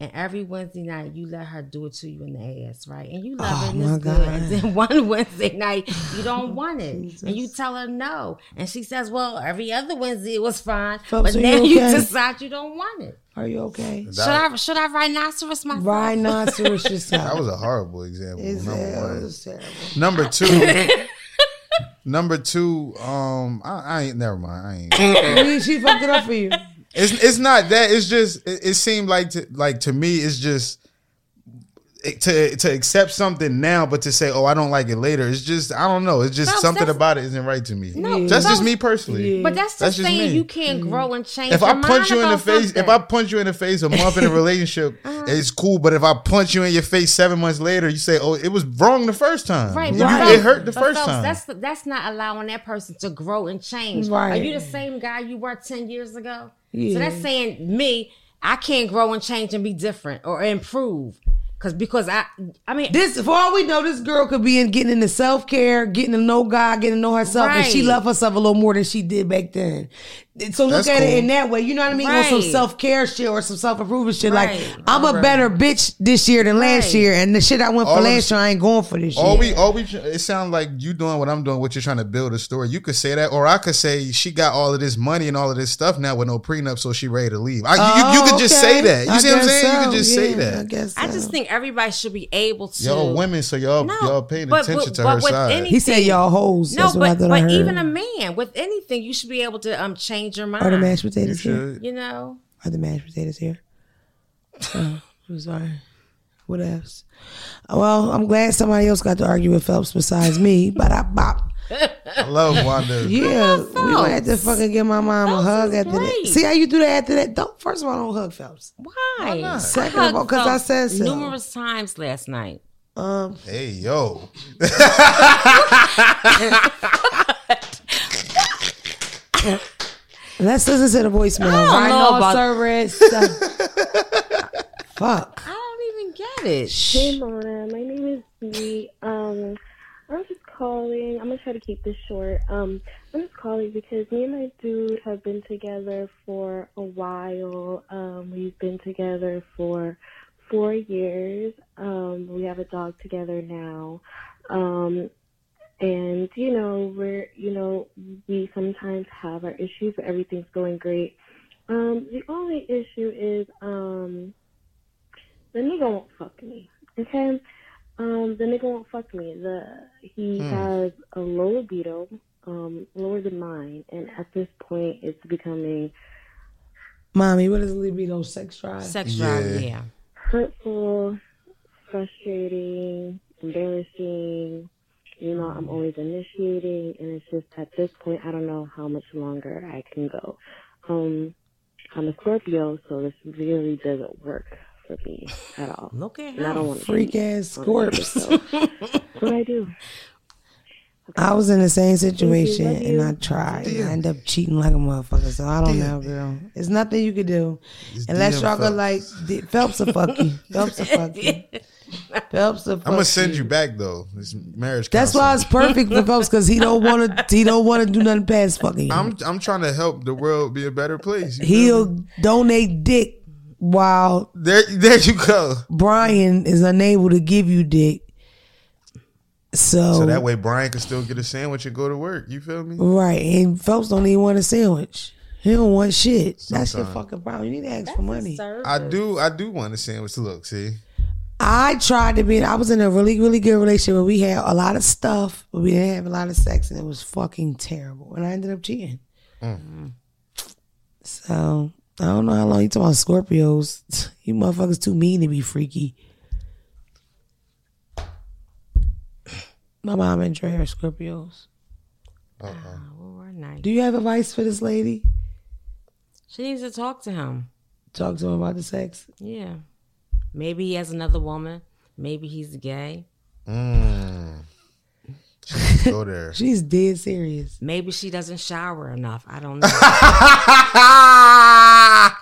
Speaker 3: And every Wednesday night you let her do it to you in the ass, right? And you love
Speaker 1: Oh,
Speaker 3: it and
Speaker 1: my
Speaker 3: it's good.
Speaker 1: God.
Speaker 3: And then one Wednesday night you don't want it. And you tell her no. And she says, Well, every other Wednesday it was fine.
Speaker 1: Phelps,
Speaker 3: but
Speaker 1: are
Speaker 3: now
Speaker 1: you
Speaker 3: you
Speaker 1: okay?
Speaker 3: decide you don't want it.
Speaker 1: Are you okay?
Speaker 3: Should I should I rhinoceros myself?
Speaker 1: Rhinoceros
Speaker 2: That
Speaker 1: yourself.
Speaker 2: was a horrible example.
Speaker 1: It's
Speaker 2: number one.
Speaker 1: it was terrible.
Speaker 2: Number two. number two. Um, I, I ain't. Never mind. I ain't.
Speaker 1: I mean, she fucked it up for you.
Speaker 2: It's it's not that. It's just it, it seemed like to like to me. It's just it- to to accept something now, but to say, oh, I don't like it later. It's just I don't know. It's just
Speaker 3: Phelps,
Speaker 2: something
Speaker 3: that's-
Speaker 2: about it isn't right to me.
Speaker 3: No,
Speaker 2: that's just
Speaker 3: Phelps-
Speaker 2: me personally.
Speaker 3: But that's just
Speaker 2: Mm. That's just
Speaker 3: saying
Speaker 2: me.
Speaker 3: you can't
Speaker 1: Mm.
Speaker 3: grow and change.
Speaker 2: If
Speaker 3: your
Speaker 2: I punch
Speaker 3: mind
Speaker 2: you in the
Speaker 3: about
Speaker 2: face, if
Speaker 3: something. Uh-huh.
Speaker 2: I punch you in the face a month in a relationship, it's cool. But if I punch you in your face seven months later, you say, "Oh, it was wrong the first time.
Speaker 3: Right,
Speaker 2: You-
Speaker 3: but
Speaker 2: you-
Speaker 3: Phelps-
Speaker 2: It hurt the
Speaker 3: but
Speaker 2: first
Speaker 3: Phelps,
Speaker 2: time."
Speaker 3: That's that's not allowing that person to grow and change.
Speaker 1: Right.
Speaker 3: Are you the same guy you were ten years ago?
Speaker 1: Yeah.
Speaker 3: So that's saying me, I can't grow and change and be different or improve, because because I I mean
Speaker 1: This, for all we know, this girl could be in getting into self care, getting to know God, getting to know herself, and she
Speaker 3: Right.
Speaker 1: love herself a little more than she did back then. So look
Speaker 2: That's
Speaker 1: at
Speaker 2: cool.
Speaker 1: it in that way. You know what I mean? Or some
Speaker 3: Right.
Speaker 1: self care shit or some self improvement shit.
Speaker 3: Right.
Speaker 1: Like I'm a
Speaker 3: Right.
Speaker 1: better bitch this year than last
Speaker 3: Right.
Speaker 1: year, and the shit I went
Speaker 2: All
Speaker 1: for
Speaker 2: of
Speaker 1: last
Speaker 2: us-
Speaker 1: year, I ain't going for this
Speaker 2: All
Speaker 1: year.
Speaker 2: we, all we, it sounds like you doing what I'm doing, what you're trying to build a story. You could say that, or I could say she got all of this money and all of this stuff now with no prenup, so she ready to leave. I, you, you,
Speaker 1: Oh,
Speaker 2: could just
Speaker 1: okay.
Speaker 2: say that. You
Speaker 1: I
Speaker 2: see what I'm
Speaker 1: guess
Speaker 2: saying? You could
Speaker 1: so.
Speaker 2: just say
Speaker 1: Yeah,
Speaker 2: that.
Speaker 1: I guess.
Speaker 3: I just
Speaker 1: so.
Speaker 3: think everybody should be able to.
Speaker 2: Y'all women, so y'all
Speaker 3: No,
Speaker 2: y'all paying
Speaker 3: but-
Speaker 2: attention
Speaker 3: but-
Speaker 2: to
Speaker 3: but
Speaker 2: her
Speaker 3: with
Speaker 2: side.
Speaker 3: any-
Speaker 1: he said y'all hoes.
Speaker 3: no,
Speaker 1: That's what I
Speaker 3: but
Speaker 1: thought I
Speaker 3: but
Speaker 1: heard.
Speaker 3: even a man with anything, you should be able to um change your mind.
Speaker 1: are the mashed
Speaker 2: you
Speaker 1: potatoes here?
Speaker 2: should.
Speaker 3: you know,
Speaker 1: Are the mashed potatoes here? Oh, I'm sorry. What else? Well, I'm glad somebody else got to argue with Phelps besides me. But I bop.
Speaker 2: I love Wanda.
Speaker 1: Yeah, we
Speaker 3: love
Speaker 1: gonna have to
Speaker 3: Phelps.
Speaker 1: fucking give my mom a
Speaker 3: Phelps
Speaker 1: hug
Speaker 3: is
Speaker 1: after that.
Speaker 3: great.
Speaker 1: See how you do that after that? Don't first of all, don't hug Phelps.
Speaker 3: why?
Speaker 2: not?
Speaker 1: Second
Speaker 3: I
Speaker 1: of all, 'cause I
Speaker 3: hugged
Speaker 1: said so.
Speaker 3: numerous times last night.
Speaker 1: Um,
Speaker 2: Hey yo,
Speaker 1: let's listen to the voicemail.
Speaker 3: I don't know
Speaker 1: Rhino
Speaker 3: about-
Speaker 1: service. Fuck.
Speaker 3: I don't even get it.
Speaker 4: Hey Mona, my name is Dee. Um, I'm just calling. I'm gonna try to keep this short. Um, I'm just calling because me and my dude have been together for a while. Um, we've been together for four years. Um, we have a dog together now. Um, and you know we're you know we sometimes have our issues. But everything's going great. Um, the only issue is um the nigga won't fuck me. Okay? Um, the nigga won't fuck me. The he has a low libido, um, lower than mine, and at this point it's becoming
Speaker 1: Mommy, what is libido sex drive?
Speaker 3: Sex drive,
Speaker 2: Yeah.
Speaker 3: yeah.
Speaker 4: hurtful, frustrating, embarrassing. You know, I'm always initiating, and it's just at this point, I don't know how much longer I can go. Um, I'm a Scorpio, so this really doesn't work for me at all.
Speaker 3: Look at
Speaker 4: And I
Speaker 3: her.
Speaker 4: don't want to
Speaker 1: Freak ass scorps.
Speaker 4: what I do.
Speaker 1: I was in the same situation
Speaker 4: Love you.
Speaker 1: and I tried. And I ended up cheating like a motherfucker. So I don't know, girl. It's nothing you could do. Unless
Speaker 2: damn
Speaker 1: y'all go
Speaker 2: Phelps.
Speaker 1: like D- Phelps a fuck you. Phelps a fuck you. Phelps a fuck
Speaker 2: I'm gonna send you back though. This marriage.
Speaker 1: That's
Speaker 2: counseling.
Speaker 1: why it's perfect for Phelps because he don't want to. He don't want to do nothing past fucking. you.
Speaker 2: I'm I'm trying to help the world be a better place. You feel me?
Speaker 1: He'll donate dick while
Speaker 2: there there you go.
Speaker 1: Brian is unable to give you dick. So,
Speaker 2: So that way Brian can still get a sandwich and go to work. You feel me?
Speaker 1: right, and Phelps don't even want a sandwich. He don't want shit. That's your
Speaker 2: Sometime.
Speaker 1: fucking problem. You need to ask for money.
Speaker 2: I do I do want a sandwich. Look, see,
Speaker 1: I tried to be. I was in a really, really good relationship where we had a lot of stuff, but we didn't have a lot of sex, and it was fucking terrible. And I ended up cheating. So I don't know how long you talking about Scorpios. You motherfuckers too mean to be freaky. My mom and Dre are Scorpios.
Speaker 3: Oh, nice.
Speaker 1: Do you have advice for this lady?
Speaker 3: She needs to talk to him.
Speaker 1: Talk to him about the sex.
Speaker 3: Yeah. Maybe he has another woman. Maybe he's gay.
Speaker 2: mm. Just go there.
Speaker 1: She's dead serious.
Speaker 3: Maybe she doesn't shower enough. I don't know. Ah!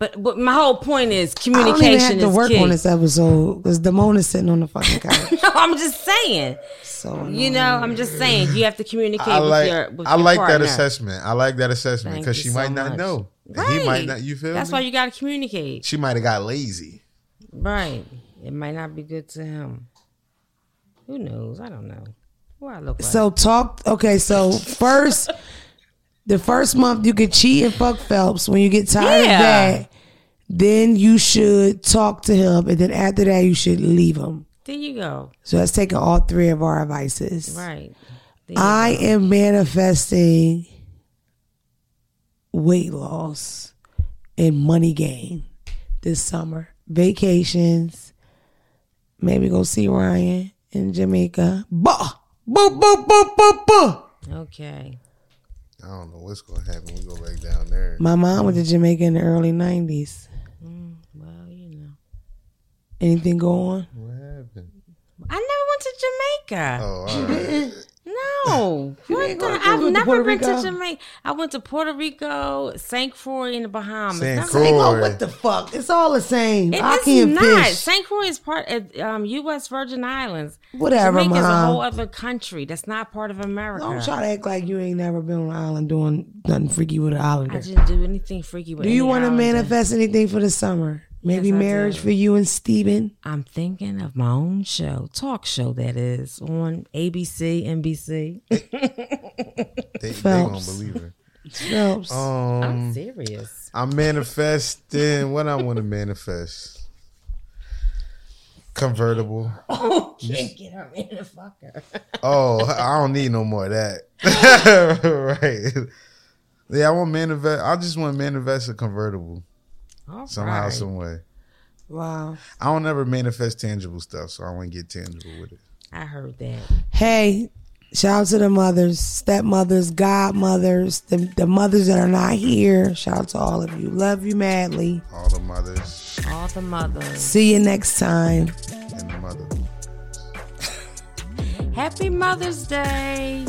Speaker 3: but, but my whole point is
Speaker 1: I don't even have
Speaker 3: communication
Speaker 1: to
Speaker 3: is
Speaker 1: work
Speaker 3: key.
Speaker 1: on this episode because Damona's sitting on the fucking couch.
Speaker 3: No, I'm just saying.
Speaker 1: so
Speaker 3: You
Speaker 1: annoying.
Speaker 3: know, I'm just saying you have to communicate
Speaker 2: I like
Speaker 3: with your with
Speaker 2: I
Speaker 3: your
Speaker 2: like
Speaker 3: partner.
Speaker 2: that assessment. I like that assessessment
Speaker 3: Thank
Speaker 2: because
Speaker 3: you
Speaker 2: she
Speaker 3: so
Speaker 2: might not
Speaker 3: much.
Speaker 2: know. And He
Speaker 3: Right.
Speaker 2: might not. You feel
Speaker 3: That's
Speaker 2: me?
Speaker 3: why you got to communicate.
Speaker 2: she might have got lazy.
Speaker 3: Right. It might not be good to him. Who knows? I don't know. What I look like.
Speaker 1: So talk. Okay, so first, the first month you could cheat and fuck Phelps. When you get tired
Speaker 3: Yeah.
Speaker 1: of that, then you should talk to him, and then after that you should leave him.
Speaker 3: there you go.
Speaker 1: So that's taking all three of our advices.
Speaker 3: Right. There you
Speaker 1: I am manifesting weight loss and money gain this summer. Vacations, maybe go see Ryan in Jamaica. Bah! Boop, boop, boop, boop, boop.
Speaker 3: Okay.
Speaker 2: I don't know what's gonna happen. We go back down there.
Speaker 1: My mom
Speaker 3: Mm.
Speaker 1: went to Jamaica in the early nineties.
Speaker 3: Well, you know.
Speaker 1: Anything go on?
Speaker 2: What happened?
Speaker 3: I never went to Jamaica.
Speaker 2: Oh, all right.
Speaker 3: No, what
Speaker 1: ain't
Speaker 3: the,
Speaker 1: gonna go to
Speaker 3: I've never
Speaker 1: Puerto
Speaker 3: been to
Speaker 1: Rico?
Speaker 3: Jamaica. I went to Puerto Rico, St. Croix, and the Bahamas.
Speaker 2: Saint
Speaker 3: That's-
Speaker 2: Croix.
Speaker 3: It
Speaker 1: They go,
Speaker 2: Boy.
Speaker 1: what the fuck? It's all the same.
Speaker 3: is
Speaker 1: I can't
Speaker 3: not.
Speaker 1: fish.
Speaker 3: St. Croix is part of um, U.S. Virgin Islands.
Speaker 1: Whatever,
Speaker 3: Jamaica is a
Speaker 1: Mom.
Speaker 3: whole other country that's not part of America.
Speaker 1: Don't try to act like you ain't never been on an island doing nothing freaky with an
Speaker 3: I
Speaker 1: islander.
Speaker 3: didn't do anything freaky with
Speaker 1: Do you
Speaker 3: any
Speaker 1: want to
Speaker 3: islander.
Speaker 1: manifest anything for the summer? Maybe
Speaker 3: Yes, I
Speaker 1: marriage
Speaker 3: do.
Speaker 1: for you and Steven?
Speaker 3: I'm thinking of my own show, talk show that is on ABC, NBC.
Speaker 2: They, they
Speaker 1: Phelps.
Speaker 2: won't believe her.
Speaker 1: Phelps.
Speaker 3: Oh.
Speaker 2: Um,
Speaker 1: Mm.
Speaker 3: I'm serious.
Speaker 2: I'm manifesting what I want to manifest. Convertible.
Speaker 3: Oh, can't get her in the fucker.
Speaker 2: Oh, I don't need no more of that. right. Yeah, I want manifest. I just want manifest a convertible
Speaker 3: All
Speaker 2: somehow,
Speaker 3: right.
Speaker 2: some way.
Speaker 1: Wow.
Speaker 2: I don't ever manifest tangible stuff, so I want to get tangible with it.
Speaker 3: I heard that.
Speaker 1: Hey, shout out to the mothers, stepmothers, godmothers, the, the mothers that are not here. Shout out to all of you. Love you madly.
Speaker 2: All the mothers
Speaker 3: All the mothers.
Speaker 1: See you next time.
Speaker 2: and the mother.
Speaker 3: Happy Mother's Day.